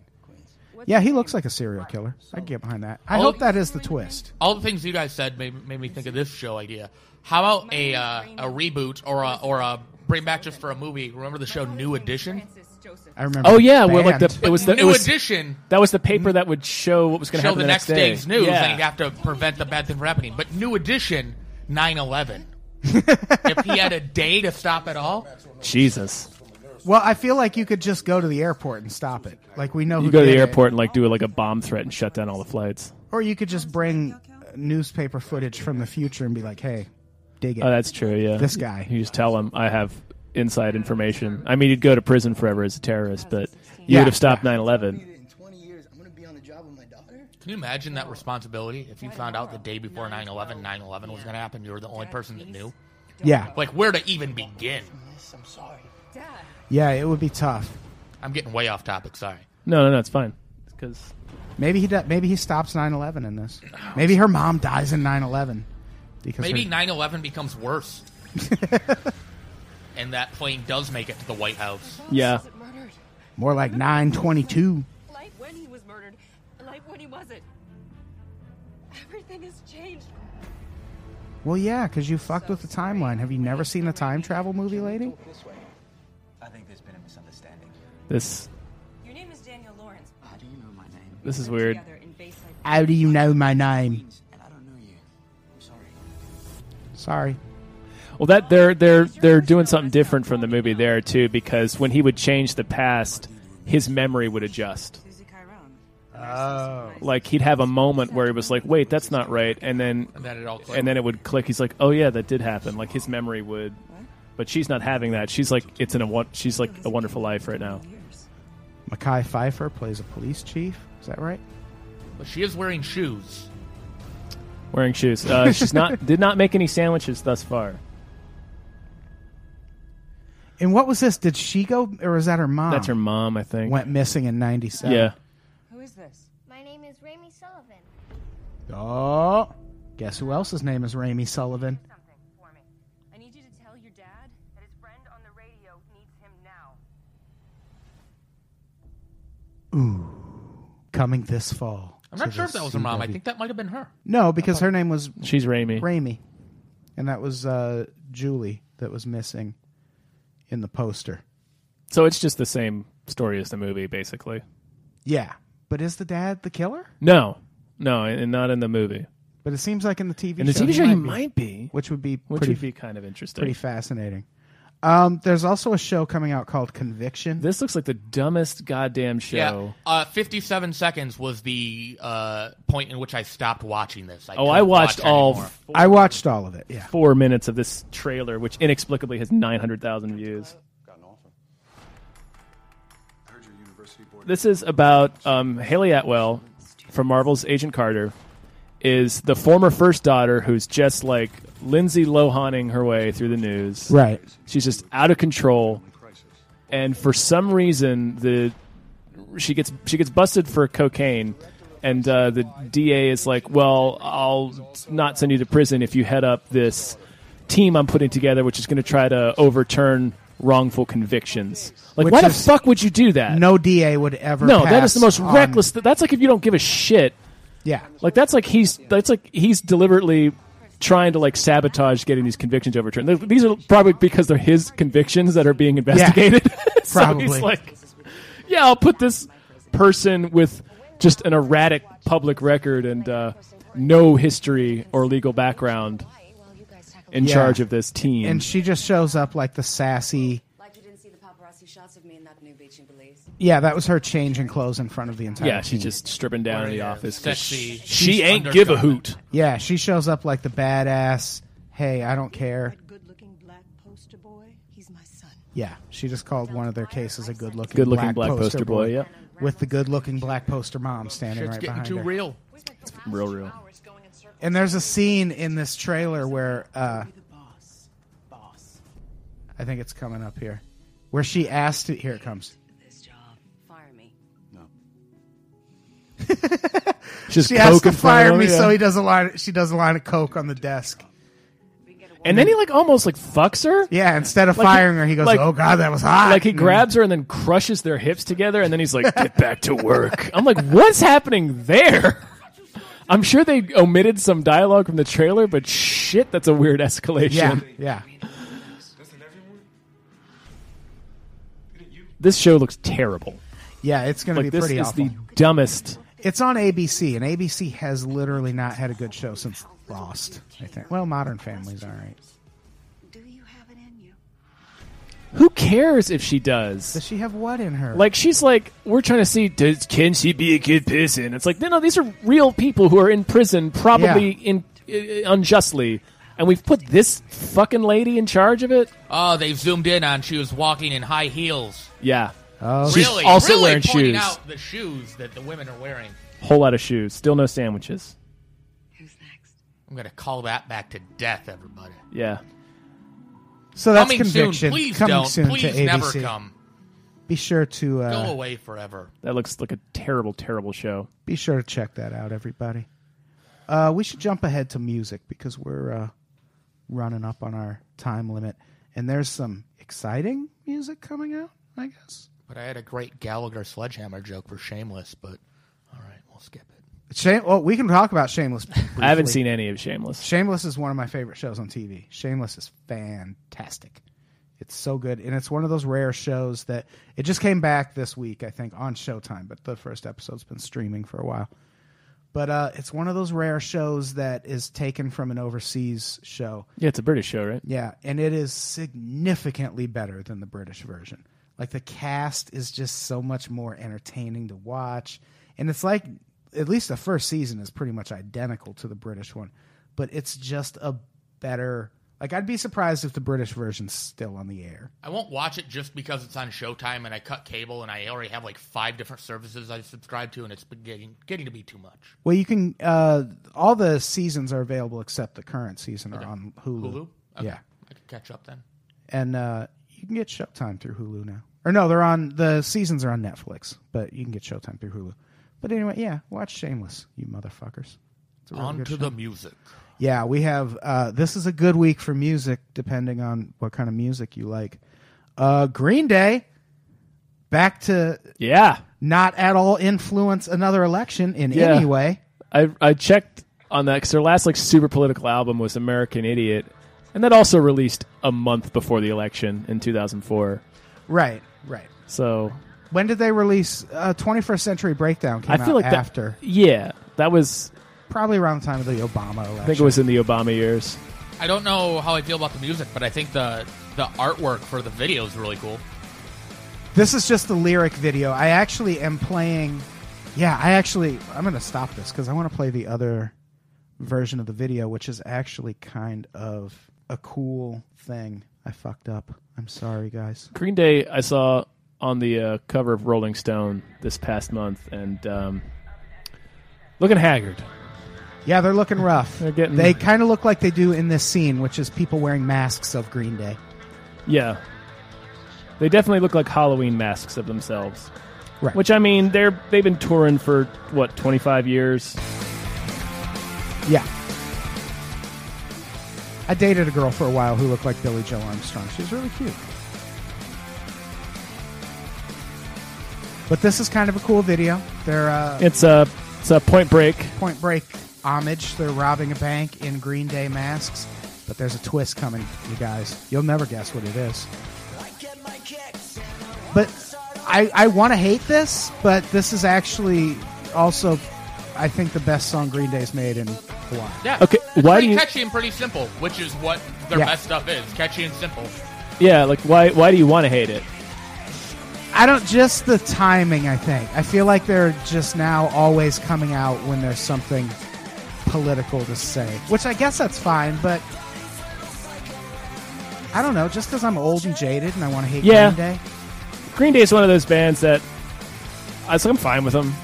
Yeah, he looks like a serial killer. I can get behind that. I All- hope that is the twist. All the things you guys said made, made me think of this show idea. How about a uh, a reboot or a or a bring back just for a movie? Remember the show New Edition? I remember. Oh yeah, where like the it was the it New was, edition. That was the paper that would show what was going to Show happen the next day. day's news, Yeah. and you have to prevent the bad thing from happening. But New Edition, 9-11. if he had a day to stop it all, Jesus. Well, I feel like you could just go to the airport and stop it. Like we know You who go to the did it. airport and like do like a bomb threat and shut down all the flights. or you could just bring newspaper footage from the future and be like, "Hey, dig it." Oh, that's true. Yeah, This guy. You just tell him I have inside information. I mean, you'd go to prison forever as a terrorist, but you Yeah. would have stopped 9/11. can you imagine that responsibility? If you found out the day before 9-11, 9-11 was going to happen, you were the only person that knew. Yeah. Like, where to even begin? I'm sorry. Yeah, it would be tough. I'm getting way off topic, sorry. No, no, no, it's fine. Because Maybe he do- maybe he stops 9/11 in this. Maybe her mom dies in 9/11 because Maybe her- 9-11 becomes worse. and that plane does make it to the White House. yeah, more like 922. Like when he was murdered, like when he wasn't. Everything has changed. Well, yeah, because you fucked with the timeline. Have you never seen a time travel movie, lady? This way. I think there's been a misunderstanding. this Your name is Daniel Lawrence. How do you know my name? this is weird. How do you know my name? And I don't know you. I'm sorry. Sorry. Well, that they're they're they're doing something different from the movie there too, because when he would change the past, his memory would adjust. Oh. Like he'd have a moment where he was like, "Wait, that's not right," and then And then it all clicked. and then it would click. He's like, "Oh yeah, that did happen." Like his memory would, but she's not having that. She's like, "It's in a won- she's like a wonderful life right now." Mackay Pfeiffer plays a police chief. Is that right? But she is wearing shoes. Wearing shoes. Uh, she's not did not make any sandwiches thus far. And what was this? Did she go, or was that her mom? That's her mom, I think. Went missing in '97. Yeah. Who is this? My name is Rami Sullivan. Oh, guess who else's name is Ramey Sullivan? I need you to tell your dad that his friend on the radio needs him now. Ooh, coming this fall. I'm not to sure the if that was her mom. I CW. think that might have been her. No, because her name was She's Raimi. Raimi, and that was uh, Julie, that was missing in the poster. So it's just the same story as the movie, basically. Yeah, but is the dad the killer? No, no, and not in the movie. But it seems like in the TV In show the TV show, he might be, which would be Which pretty would be kind of interesting. pretty fascinating. Um, there's also a show coming out called Conviction. This looks like the dumbest goddamn show. Yeah, uh, 57 seconds was the uh, point in which I stopped watching this. I oh, I couldn't watched watch all. anymore. Four, I watched all of it. Yeah. Four minutes of this trailer, which inexplicably has nine hundred thousand views. This is about um, Haley Atwell from Marvel's Agent Carter. Is the former first daughter who's just like Lindsay Lohaning her way through the news. Right. She's just out of control, and for some reason the she gets she gets busted for cocaine, and uh, the DA is like, "Well, I'll not send you to prison if you head up this team I'm putting together, which is going to try to overturn wrongful convictions." Like, Which why is- the fuck would you do that? No DA would ever. no, that is pass the most on- reckless. Th- that's like if you don't give a shit. Yeah. Like that's like he's that's like he's deliberately trying to like sabotage getting these convictions overturned. Th- These are probably because they're his convictions that are being investigated. So probably. he's like, yeah, I'll put this person with just an erratic public record and uh, no history or legal background in Yeah. charge of this team. and she just shows up like the sassy. Like you didn't see the paparazzi shots of me in that new beach in Belize. Yeah, that was her changing clothes in front of the entire. yeah, she's team. just stripping down in the office. 'cause sexy- she, she she's ain't give a undercover. hoot. Yeah, she shows up like the badass. Hey, I don't care. Good-looking black poster boy. He's my son. Yeah, she just called one of their cases a good-looking, Good-looking black poster boy, yep. with the good-looking black poster mom standing Shit's right getting behind too her. real. Real, real. And there's a scene in this trailer where uh, I think it's coming up here, where she asked. To, here it comes. Fire me. She's she asked coke to in front fire of me, him, yeah. so he does a line. She does a line of coke on the desk. And then he like almost like fucks her. Yeah, instead of firing her, he goes, "Oh, God, that was hot." Like he And- grabs her and then crushes their hips together, and then he's like, "Get back to work." I'm like, "What's happening there?" I'm sure they omitted some dialogue from the trailer, but shit, that's a weird escalation. Yeah, yeah. This show looks terrible. Yeah, it's going to Like be this pretty is awful. the dumbest. It's on ABC, and ABC has literally not had a good show since Lost. I think. Well, Modern Family's all right. Who cares if she does? Does she have what in her? Like she's like, we're trying to see, does, can she be a good person? It's like, no, no, these are real people who are in prison, probably in uh, unjustly, and we've put this fucking lady in charge of it. Oh, they zoomed in on she was walking in high heels. Yeah. Oh, she's really, also really wearing pointing shoes. out the shoes that the women are wearing. Whole lot of shoes. Still no sandwiches. I'm gonna call that back to death, everybody. Yeah. So that's Coming conviction. soon. Please Coming don't. soon Please to never ABC. come. Be sure to uh, Go away forever. That looks like a terrible, terrible show. be sure to check that out, everybody. Uh, we should jump ahead to music because we're uh, running up on our time limit, and there's some exciting music coming out. I guess But I had a great Gallagher sledgehammer joke for Shameless, but all right, we'll skip it. Shame. Well, we can talk about Shameless. I haven't briefly. seen any of Shameless. Shameless is one of my favorite shows on TV. Shameless is fantastic. It's so good, and it's one of those rare shows that it just came back this week, I think, on Showtime. But the first episode's been streaming for a while. But uh, it's one of those rare shows that is taken from an overseas show. Yeah, it's a British show, right? Yeah, and it is significantly better than the British version. Like the cast is just so much more entertaining to watch. And it's like at least the first season is pretty much identical to the British one, but it's just a better like I'd be surprised if the British version's still on the air. I won't watch it just because it's on Showtime and I cut cable and I already have like five different services I subscribe to and it's been getting getting to be too much. Well, you can uh all the seasons are available except the current season are on Hulu. Hulu? Okay. Yeah. I can catch up then. and uh, you can get Showtime through Hulu now. Or no, they're on the seasons are on Netflix, but you can get Showtime through Hulu. But anyway, yeah, watch Shameless, you motherfuckers. It's a really on good to show. the music. Yeah, we have. Uh, this is a good week for music, depending on what kind of music you like. Uh, Green Day, back to Yeah. not at all influence another election in Yeah. any way. I I checked on that because their last like super political album was American Idiot, and that also released a month before the election in 2004. Right, right. So When did they release uh, 21st Century Breakdown? Came I feel out like that- after, yeah, that was probably around the time of the Obama election. I think it was in the Obama years. I don't know how I feel about the music, but I think the the artwork for the video is really cool. This is just the lyric video. I actually am playing. Yeah, I actually. I'm going to stop this because I want to play the other version of the video, which is actually kind of a cool thing. I fucked up. I'm sorry, guys. Green Day, I saw on the uh, cover of Rolling Stone this past month, and um, looking haggard. Yeah, they're looking rough. They're getting. They kind of look like they do in this scene, which is people wearing masks of Green Day. Yeah, they definitely look like Halloween masks of themselves. Right. Which I mean, they're they've been touring for what 25 years. Yeah. I dated a girl for a while who looked like Billy Joe Armstrong. She was really cute. But this is kind of a cool video. They're uh, It's a it's a Point Break. Point Break homage. They're robbing a bank in Green Day masks. But there's a twist coming, you guys. You'll never guess what it is. But I, I want to hate this, but this is actually also, I think, the best song Green Day's made in a while. Yeah. Okay, why do It's pretty you- catchy and pretty simple, which is what their Yeah. best stuff is. Catchy and simple. Yeah, like why why do you want to hate it? I don't just the timing. I think I feel like they're just now always coming out when there's something political to say, which I guess that's fine. But I don't know. Just because I'm old and jaded and I want to hate Yeah. Green Day, Green Day is one of those bands that I so I'm fine with them.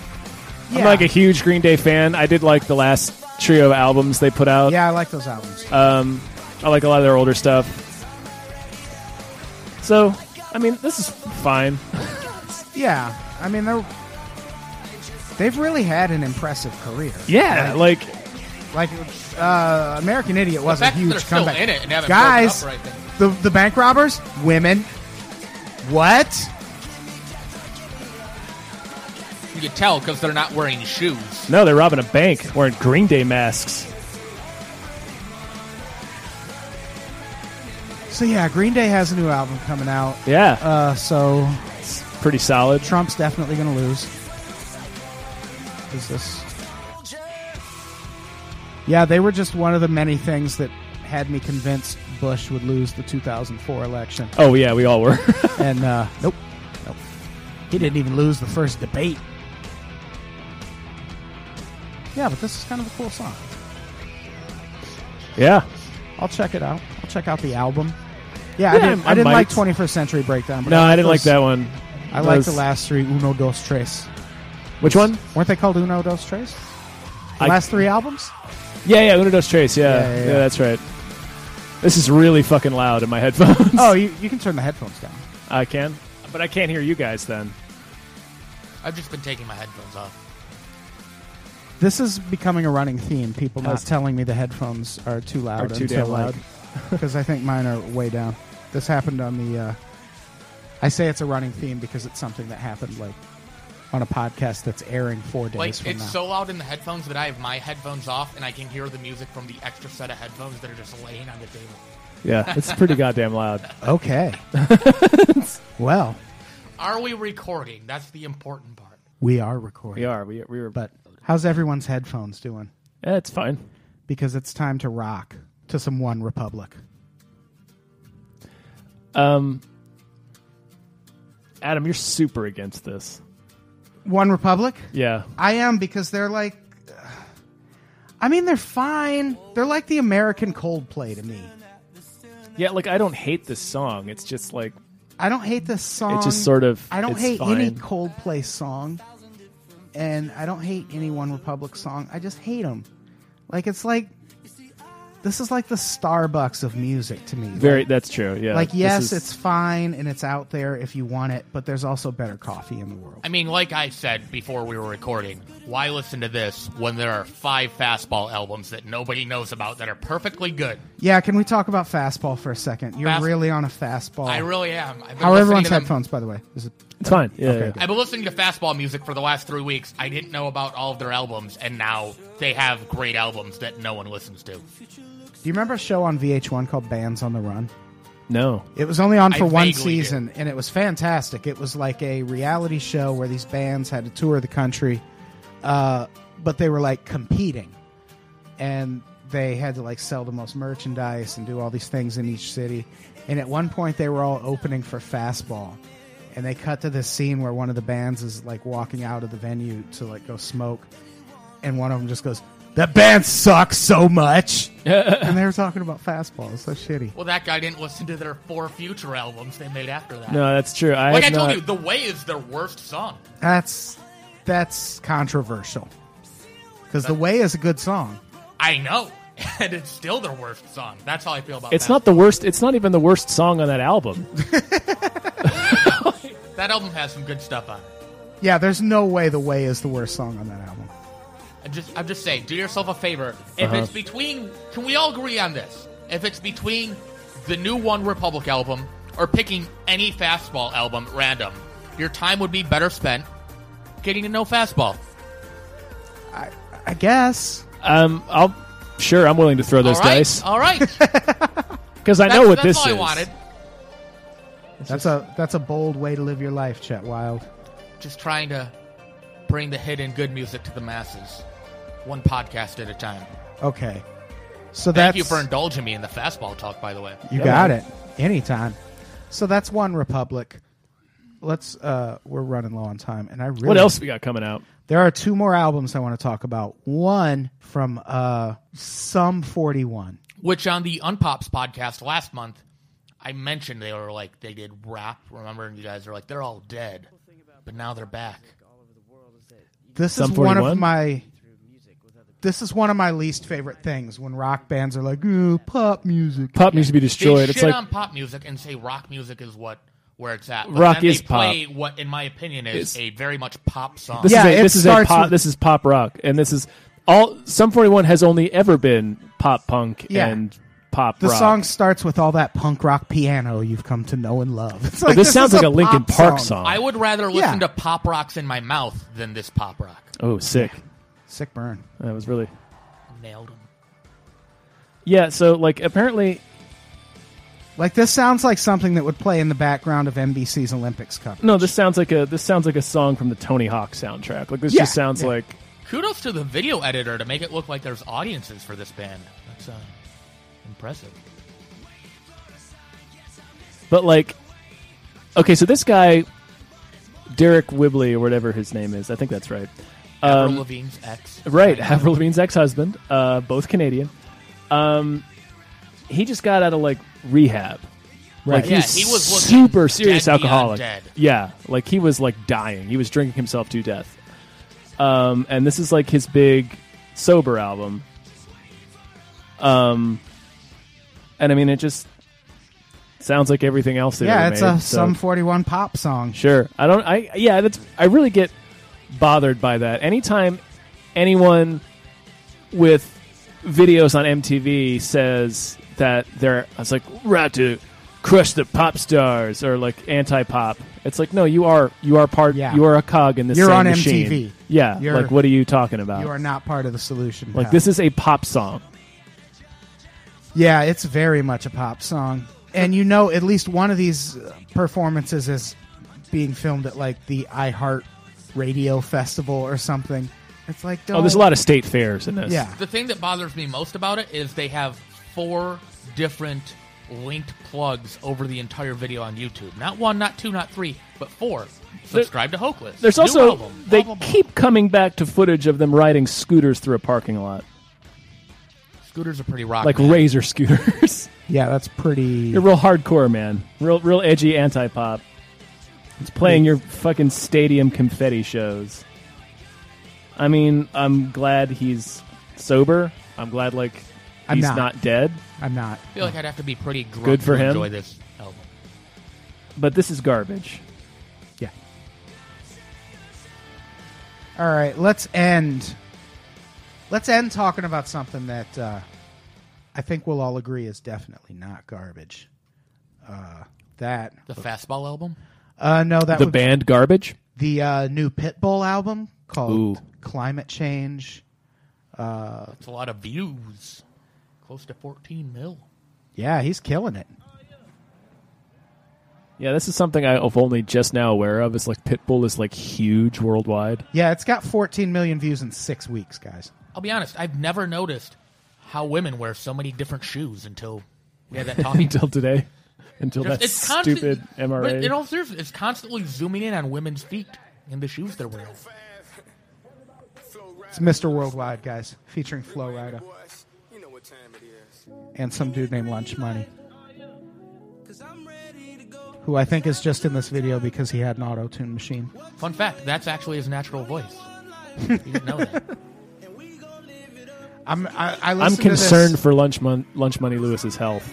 I'm Yeah. like a huge Green Day fan. I did like the last trio albums they put out. yeah, I like those albums. Um, I like a lot of their older stuff. So, I mean, this is fine. Yeah, I mean they're they've really had an impressive career. Yeah, like Like uh, American Idiot was a fact that huge they're still comeback. in it and haven't Guys, broken up or the the bank robbers, women. What? You can tell because they're not wearing shoes. no, they're robbing a bank wearing Green Day masks. So yeah, Green Day has a new album coming out. Yeah. Uh, so It's pretty solid. Trump's definitely going to lose. Is this? Yeah, they were just one of the many things that had me convinced Bush would lose the 2004 election. Oh yeah, we all were. and uh, nope, nope, he didn't even lose the first debate. Yeah, but this is kind of a cool song. yeah. I'll check it out. I'll check out the album. Yeah, I Yeah, didn't, I I didn't might. like 21st Century Breakdown. But No, liked I didn't like those- that one. I like the Those- last three Uno Dos Tres. Which one? Weren't they called Uno Dos Tres? The I- last three albums? Yeah, yeah, Uno Dos Tres. Yeah. Yeah, Yeah, yeah, yeah. that's right. This is really fucking loud in my headphones. Oh, you, you can turn the headphones down. I can, but I can't hear you guys then. I've just been taking my headphones off. This is becoming a running theme. People not That's- telling me the headphones are too loud. Ah. Are too damn loud. Because I think mine are way down. This happened on the. Uh, I say it's a running theme because it's something that happened like on a podcast that's airing four days Like from it's now. so loud in the headphones that I have my headphones off and I can hear the music from the extra set of headphones that are just laying on the table. Yeah, it's pretty goddamn loud. okay. well, Are we recording? That's the important part. we are recording. We are. We, we were. But how's everyone's headphones doing? yeah, Eh, it's fine. Because it's time to rock to some One Republic. Um, Adam, you're super against this. One Republic? Yeah. I am because they're like. I mean, they're fine. They're like the American Coldplay to me. Yeah, like I don't hate this song. It's just like I don't hate this song. It just sort of- I don't it's hate any fine. Coldplay song, and I don't hate any One Republic song. I just hate them. Like it's like this is like the Starbucks of music to me. very. That's true. Yeah. like This yes, is- it's fine and it's out there if you want it, but there's also better coffee in the world. I mean, like I said before we were recording, why listen to this when there are five fastball albums that nobody knows about that are perfectly good? Yeah, can we talk about fastball for a second? You're Fast- really on a fastball. I really am. I've been Oh. How are listening everyone's to them- headphones, by the way? Is it? It's fine. Yeah. yeah. I've been listening to fastball music for the last three weeks. I didn't know about all of their albums, and now they have great albums that no one listens to. Do you remember a show on VH1 called Bands on the Run? No. It was only on for I one vaguely do. season, and it was fantastic. It was like a reality show where these bands had to tour the country, uh, but they were like competing, and they had to like sell the most merchandise and do all these things in each city. And at one point, they were all opening for Fastball, and they cut to this scene where one of the bands is like walking out of the venue to like go smoke, and one of them just goes. That band sucks so much, and they were talking about fastball. It's so shitty. Well, that guy didn't listen to their four future albums they made after that. No, that's true. I like I have told not- you, The Way is their worst song. That's that's controversial because the way is a good song. I know, and it's still their worst song. That's how I feel about It's that. not the worst. It's not even the worst song on that album. that album has some good stuff on it. Yeah, there's no way the way is the worst song on that album. I'm just, I'm just saying, do yourself a favor. If Uh-huh. it's between, can we all agree on this? If it's between the new One Republic album or picking any fastball album at random, your time would be better spent getting to know fastball. I guess. Um, I'll sure. I'm willing to throw those all right, dice all right. because I Uh, That's- know what that's this all is. I wanted. That's a that's a bold way to live your life, Chet Wild. Just trying to bring the hidden good music to the masses, one podcast at a time. Okay, so Thank that's you for indulging me in the fastball talk, by the way. you got it anytime. So that's one Republic. Let's uh we're running low on time, and I really What else we got coming out? There are two more albums I want to talk about. One from uh some forty one. Which on the Unpops podcast last month, I mentioned they were like they did rap. Remember, and you guys are like they're all dead, but now they're back. This Sum is one 41? of my. This is one of my least favorite things when rock bands are like, "Ooh, pop music." Pop music be destroyed. They It's shit um, like on pop music and say rock music is what where it's at. But Rock then they is pop. play What, in my opinion, is It's- a very much pop song. this is a, this is a pop. with- This is pop rock, and this is all. Some 41 has only ever been pop punk Yeah. and pop. The rock. song starts with all that punk rock piano you've come to know and love. It's But like, this sounds is like a Linkin pop Park song. I would rather listen to pop rocks in my mouth than this pop rock. Oh, sick. Sick burn. That was really. Nailed him. Yeah. So like apparently Like this sounds like something that would play in the background of NBC's Olympics cover. no. This sounds like a this sounds like a song from the Tony Hawk soundtrack. Like this Yeah, just sounds yeah. like Kudos to the video editor to make it look like there's audiences for this band. That's uh, impressive. But like, okay, so this guy, Derek Wibley or whatever his name is, I think that's right. Avril Lavigne's ex. Right, Avril Lavigne's ex-husband, uh, both Canadian. Um, he just got out of like rehab. Right. Like Yeah, he's he was looking super serious dead beyond alcoholic. dead. Yeah, like he was like dying. He was drinking himself to death. Um, and this is like his big sober album. Um, and I mean, it just sounds like everything else. they yeah, ever it's made, a so- some forty one pop song. Sure. I don't. I yeah. That's. I really get bothered by that. Anytime anyone with videos on MTV says that they're, I was like, we're out to crush the pop stars or like anti-pop. It's like, no, you are. You are part. Yeah. You are a cog in this. You're same on machine. MTV. Yeah. You're- like, what are you talking about? You are not part of the solution. like pal. this is a pop song. Yeah, it's very much a pop song. And you know, at least one of these uh, performances is being filmed at like the iHeart Radio Festival or something. It's like, Oh, there's a lot of state fairs in this. Yeah. The thing that bothers me most about it is they have four different linked plugs over the entire video on YouTube. Not one, not two, not three, but four. Subscribe to Hokeless. There's New also album. they keep coming back to footage of them riding scooters through a parking lot, scooters are pretty rock. like man. razor scooters. Yeah, that's pretty. You're real hardcore, man. Real, real edgy anti-pop. It's playing your fucking stadium confetti shows. I mean, I'm glad he's sober. I'm glad like he's I'm not. not. dead. I'm not. I feel like I'd have to be pretty drunk Good for to him. enjoy this album. But this is garbage. Yeah. All right, let's end. Let's end talking about something that uh, I think we'll all agree is definitely not garbage. Uh, that The fastball album? Uh, no, that the would- band garbage. the uh, new Pitbull album called Ooh. Climate Change. Uh, It's a lot of views. Close to 14 mil. Yeah, he's killing it. Yeah, this is something I've only just now aware of. It's like Pitbull is like huge worldwide. Yeah, it's got 14 million views in six weeks, guys. I'll be honest, I've never noticed how women wear so many different shoes until we had that talking. until today, until Just- that constant- stupid MRA. But in all seriousness, it's constantly zooming in on women's feet and the shoes they're wearing. It's Mr. Worldwide, guys, featuring Flo Rida and some dude named Lunch Money, who I think is just in this video because he had an auto tune machine. Fun fact, that's actually his natural voice. You didn't know that. I'm I, I I'm listened to this- concerned for lunch mon- lunch money Lewis's health.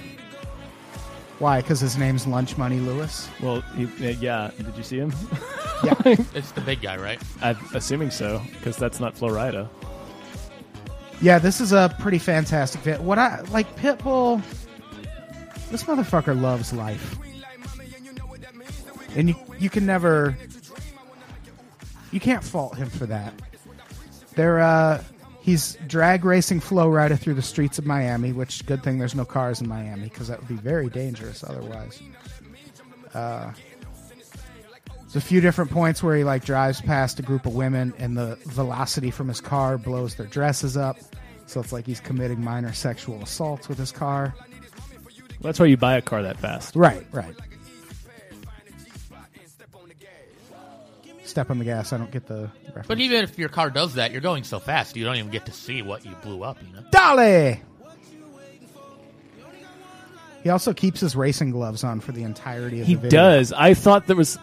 Why? Because his name's Lunch Money Lewis. Well, he, uh, yeah. Did you see him? Yeah. it's the big guy, right? I'm assuming so, because that's not Florida. Yeah, this is a pretty fantastic vid. What I like, Pitbull. This motherfucker loves life, and you you can never, you can't fault him for that. There, uh, he's drag racing Flow Rider through the streets of Miami, which good thing there's no cars in Miami because that would be very dangerous otherwise. Uh, there's a few different points where he like drives past a group of women and the velocity from his car blows their dresses up. So it's like he's committing minor sexual assaults with his car. That's why you buy a car that fast. Right, right. Step on the gas. I don't get the reference. But even if your car does that, you're going so fast, you don't even get to see what you blew up, you know? Dolly! He also keeps his racing gloves on for the entirety of He the video. does. I thought there was.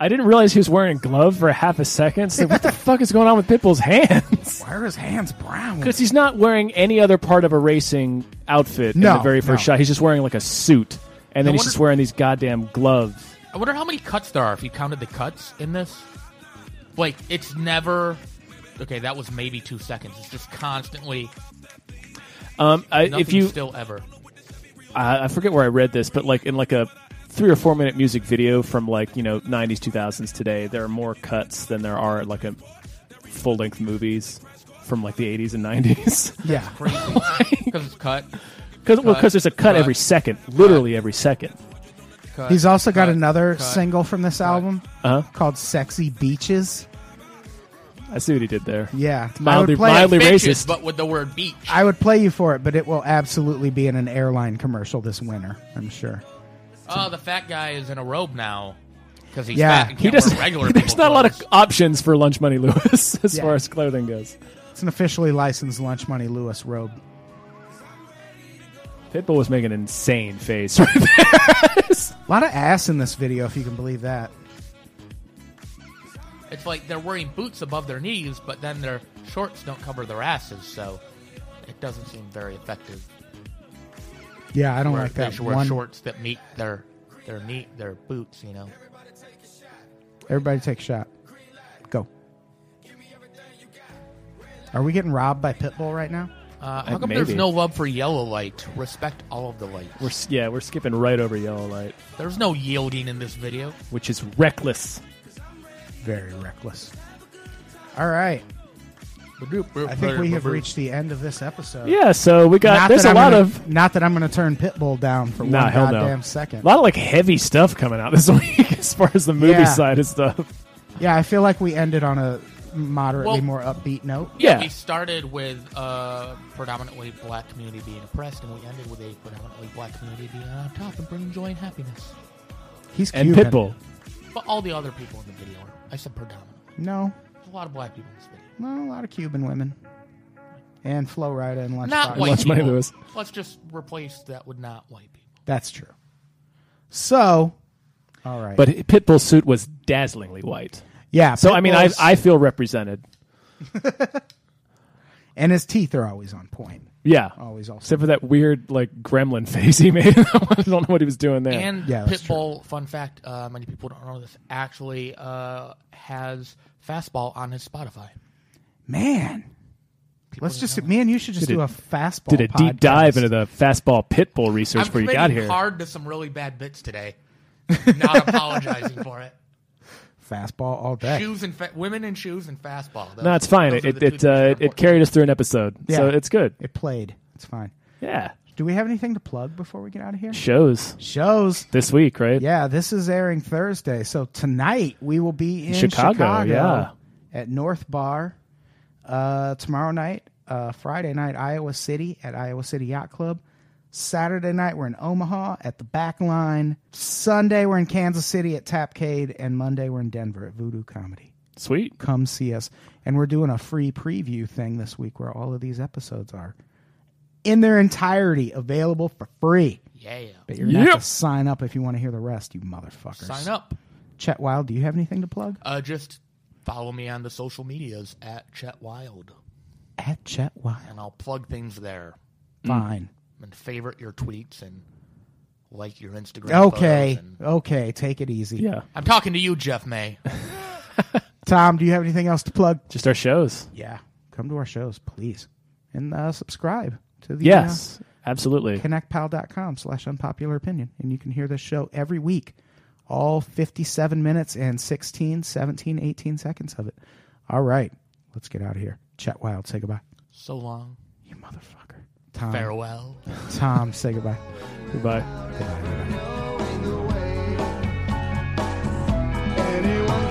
I didn't realize he was wearing a glove for a half a second. So what the fuck is going on with Pitbull's hands? Why are his hands brown? Because he's not wearing any other part of a racing outfit in No, the very first no. shot. He's just wearing like a suit, and then I he's wonder- just wearing these goddamn gloves. I wonder how many cuts there are if you counted the cuts in this. Like, it's never. Okay, that was maybe two seconds. It's just constantly. Um, I, if nothing you Still ever. I, I forget where I read this, but like in like a three or four minute music video from like you know nineties two thousands today, there are more cuts than there are like a full length movies from like the eighties and nineties. Yeah. Because it's cut. Because well, Cut. 'cause there's a cut, every second, literally every second. Cut. He's also got Cut. another Cut. single from this album Uh-huh. called "Sexy Beaches." I see what he did there. Yeah, It's mildly, I would play- mildly Bitches, racist. but with the word beat. I would play you for it, but it will absolutely be in an airline commercial this winter. I'm sure. Oh, the fat guy is in a robe now. Because he's Yeah. fat and he can't doesn't. wear regular There's people not a lot of clothes. options for lunch money, Lewis, as Yeah. far as clothing goes. It's an officially licensed Lunch Money Lewis robe. Pitbull was making an insane face right there. A lot of ass in this video, if you can believe that. It's like they're wearing boots above their knees, but then their shorts don't cover their asses, so it doesn't seem very effective. Yeah, I don't Where like they that should wear one. shorts that meet their their knee, their boots. You know, Everybody take a shot. Go. Are we getting robbed by Pitbull right now? uh, Uh, how come maybe. there's no love for yellow light? Respect all of the lights. We're s- yeah, we're skipping right over yellow light, There's no yielding in this video. which is reckless. Very reckless. All right. I I think we have reached the end of this episode. Yeah, so we got Not there's that a I'm lot gonna- of Not that I'm going to turn Pitbull down for nah, one hell goddamn no. second. A lot of like heavy stuff coming out this week as far as the movie Yeah. side of stuff. Yeah, I feel like we ended on a moderately Well- more upbeat note. Yeah. We started with a predominantly black community being oppressed, and we ended with a predominantly black community being on top and bringing joy and happiness. He's And Cuban. Pitbull. But all the other people in the video are, I said predominant. No, There's a lot of black people in this video. no, a lot of Cuban women. And Flo Rida and Lunch. Not Fox. white Lunch people. Money Lewis. Let's just replace that with not white people. That's true. So, all right. But Pitbull's suit was dazzlingly white. yeah, So I mean, I Pitbull's- I feel represented. and his teeth are always on point. Yeah. Always Oh, awesome. Except for that weird like gremlin face he made. I don't know what he was doing there. And Yeah, that's Pitbull, fun fact, uh, many people don't know this, actually uh, has Fastball on his Spotify. Man, let's don't just know. me and you should just Did do a- a fastball. Did a deep podcast. dive into the fastball pitbull research I'm before you got committing here. hard to some really bad bits today. Not apologizing for it. fastball all day. Shoes and fa- women in shoes and fastball. Those- No, it's fine. It those are it the two it, things that are uh, it important. carried us through an episode, so Yeah. it's good. It played. It's fine. Yeah. Do we have anything to plug before we get out of here? Shows. Shows. This week, right? Yeah, this is airing Thursday. So tonight we will be in Chicago, Chicago, yeah. at North Bar. Uh, tomorrow night, uh, Friday night, Iowa City at Iowa City Yacht Club. Saturday night, we're in Omaha at the back line. Sunday, we're in Kansas City at Tapcade. And Monday, we're in Denver at Voodoo Comedy. Sweet. Come see us. And we're doing a free preview thing this week where all of these episodes are in their entirety available for free. Yeah. But you're going to Yep. have to sign up if you want to hear the rest, you motherfuckers. Sign up. Chet Wild, do you have anything to plug? Uh, just follow me on the social medias at Chet Wild, At Chet Wild. and I'll plug things there. Fine. And favorite your tweets and like your Instagram. Okay. photos and- Okay. Take it easy. I'm talking to you, Jeff May. Tom, do you have anything else to plug? Just our shows. Yeah. Come to our shows, please. And uh, subscribe to the. uh, Yes, absolutely. ConnectPal.com slash unpopular opinion. And you can hear this show every week, all 57 minutes and 16, 17, 18 seconds of it. All right. Let's get out of here. Chet Wild, say goodbye. So long, you motherfucker. Tom. Farewell. Tom, say goodbye. Goodbye. Goodbye. Anyone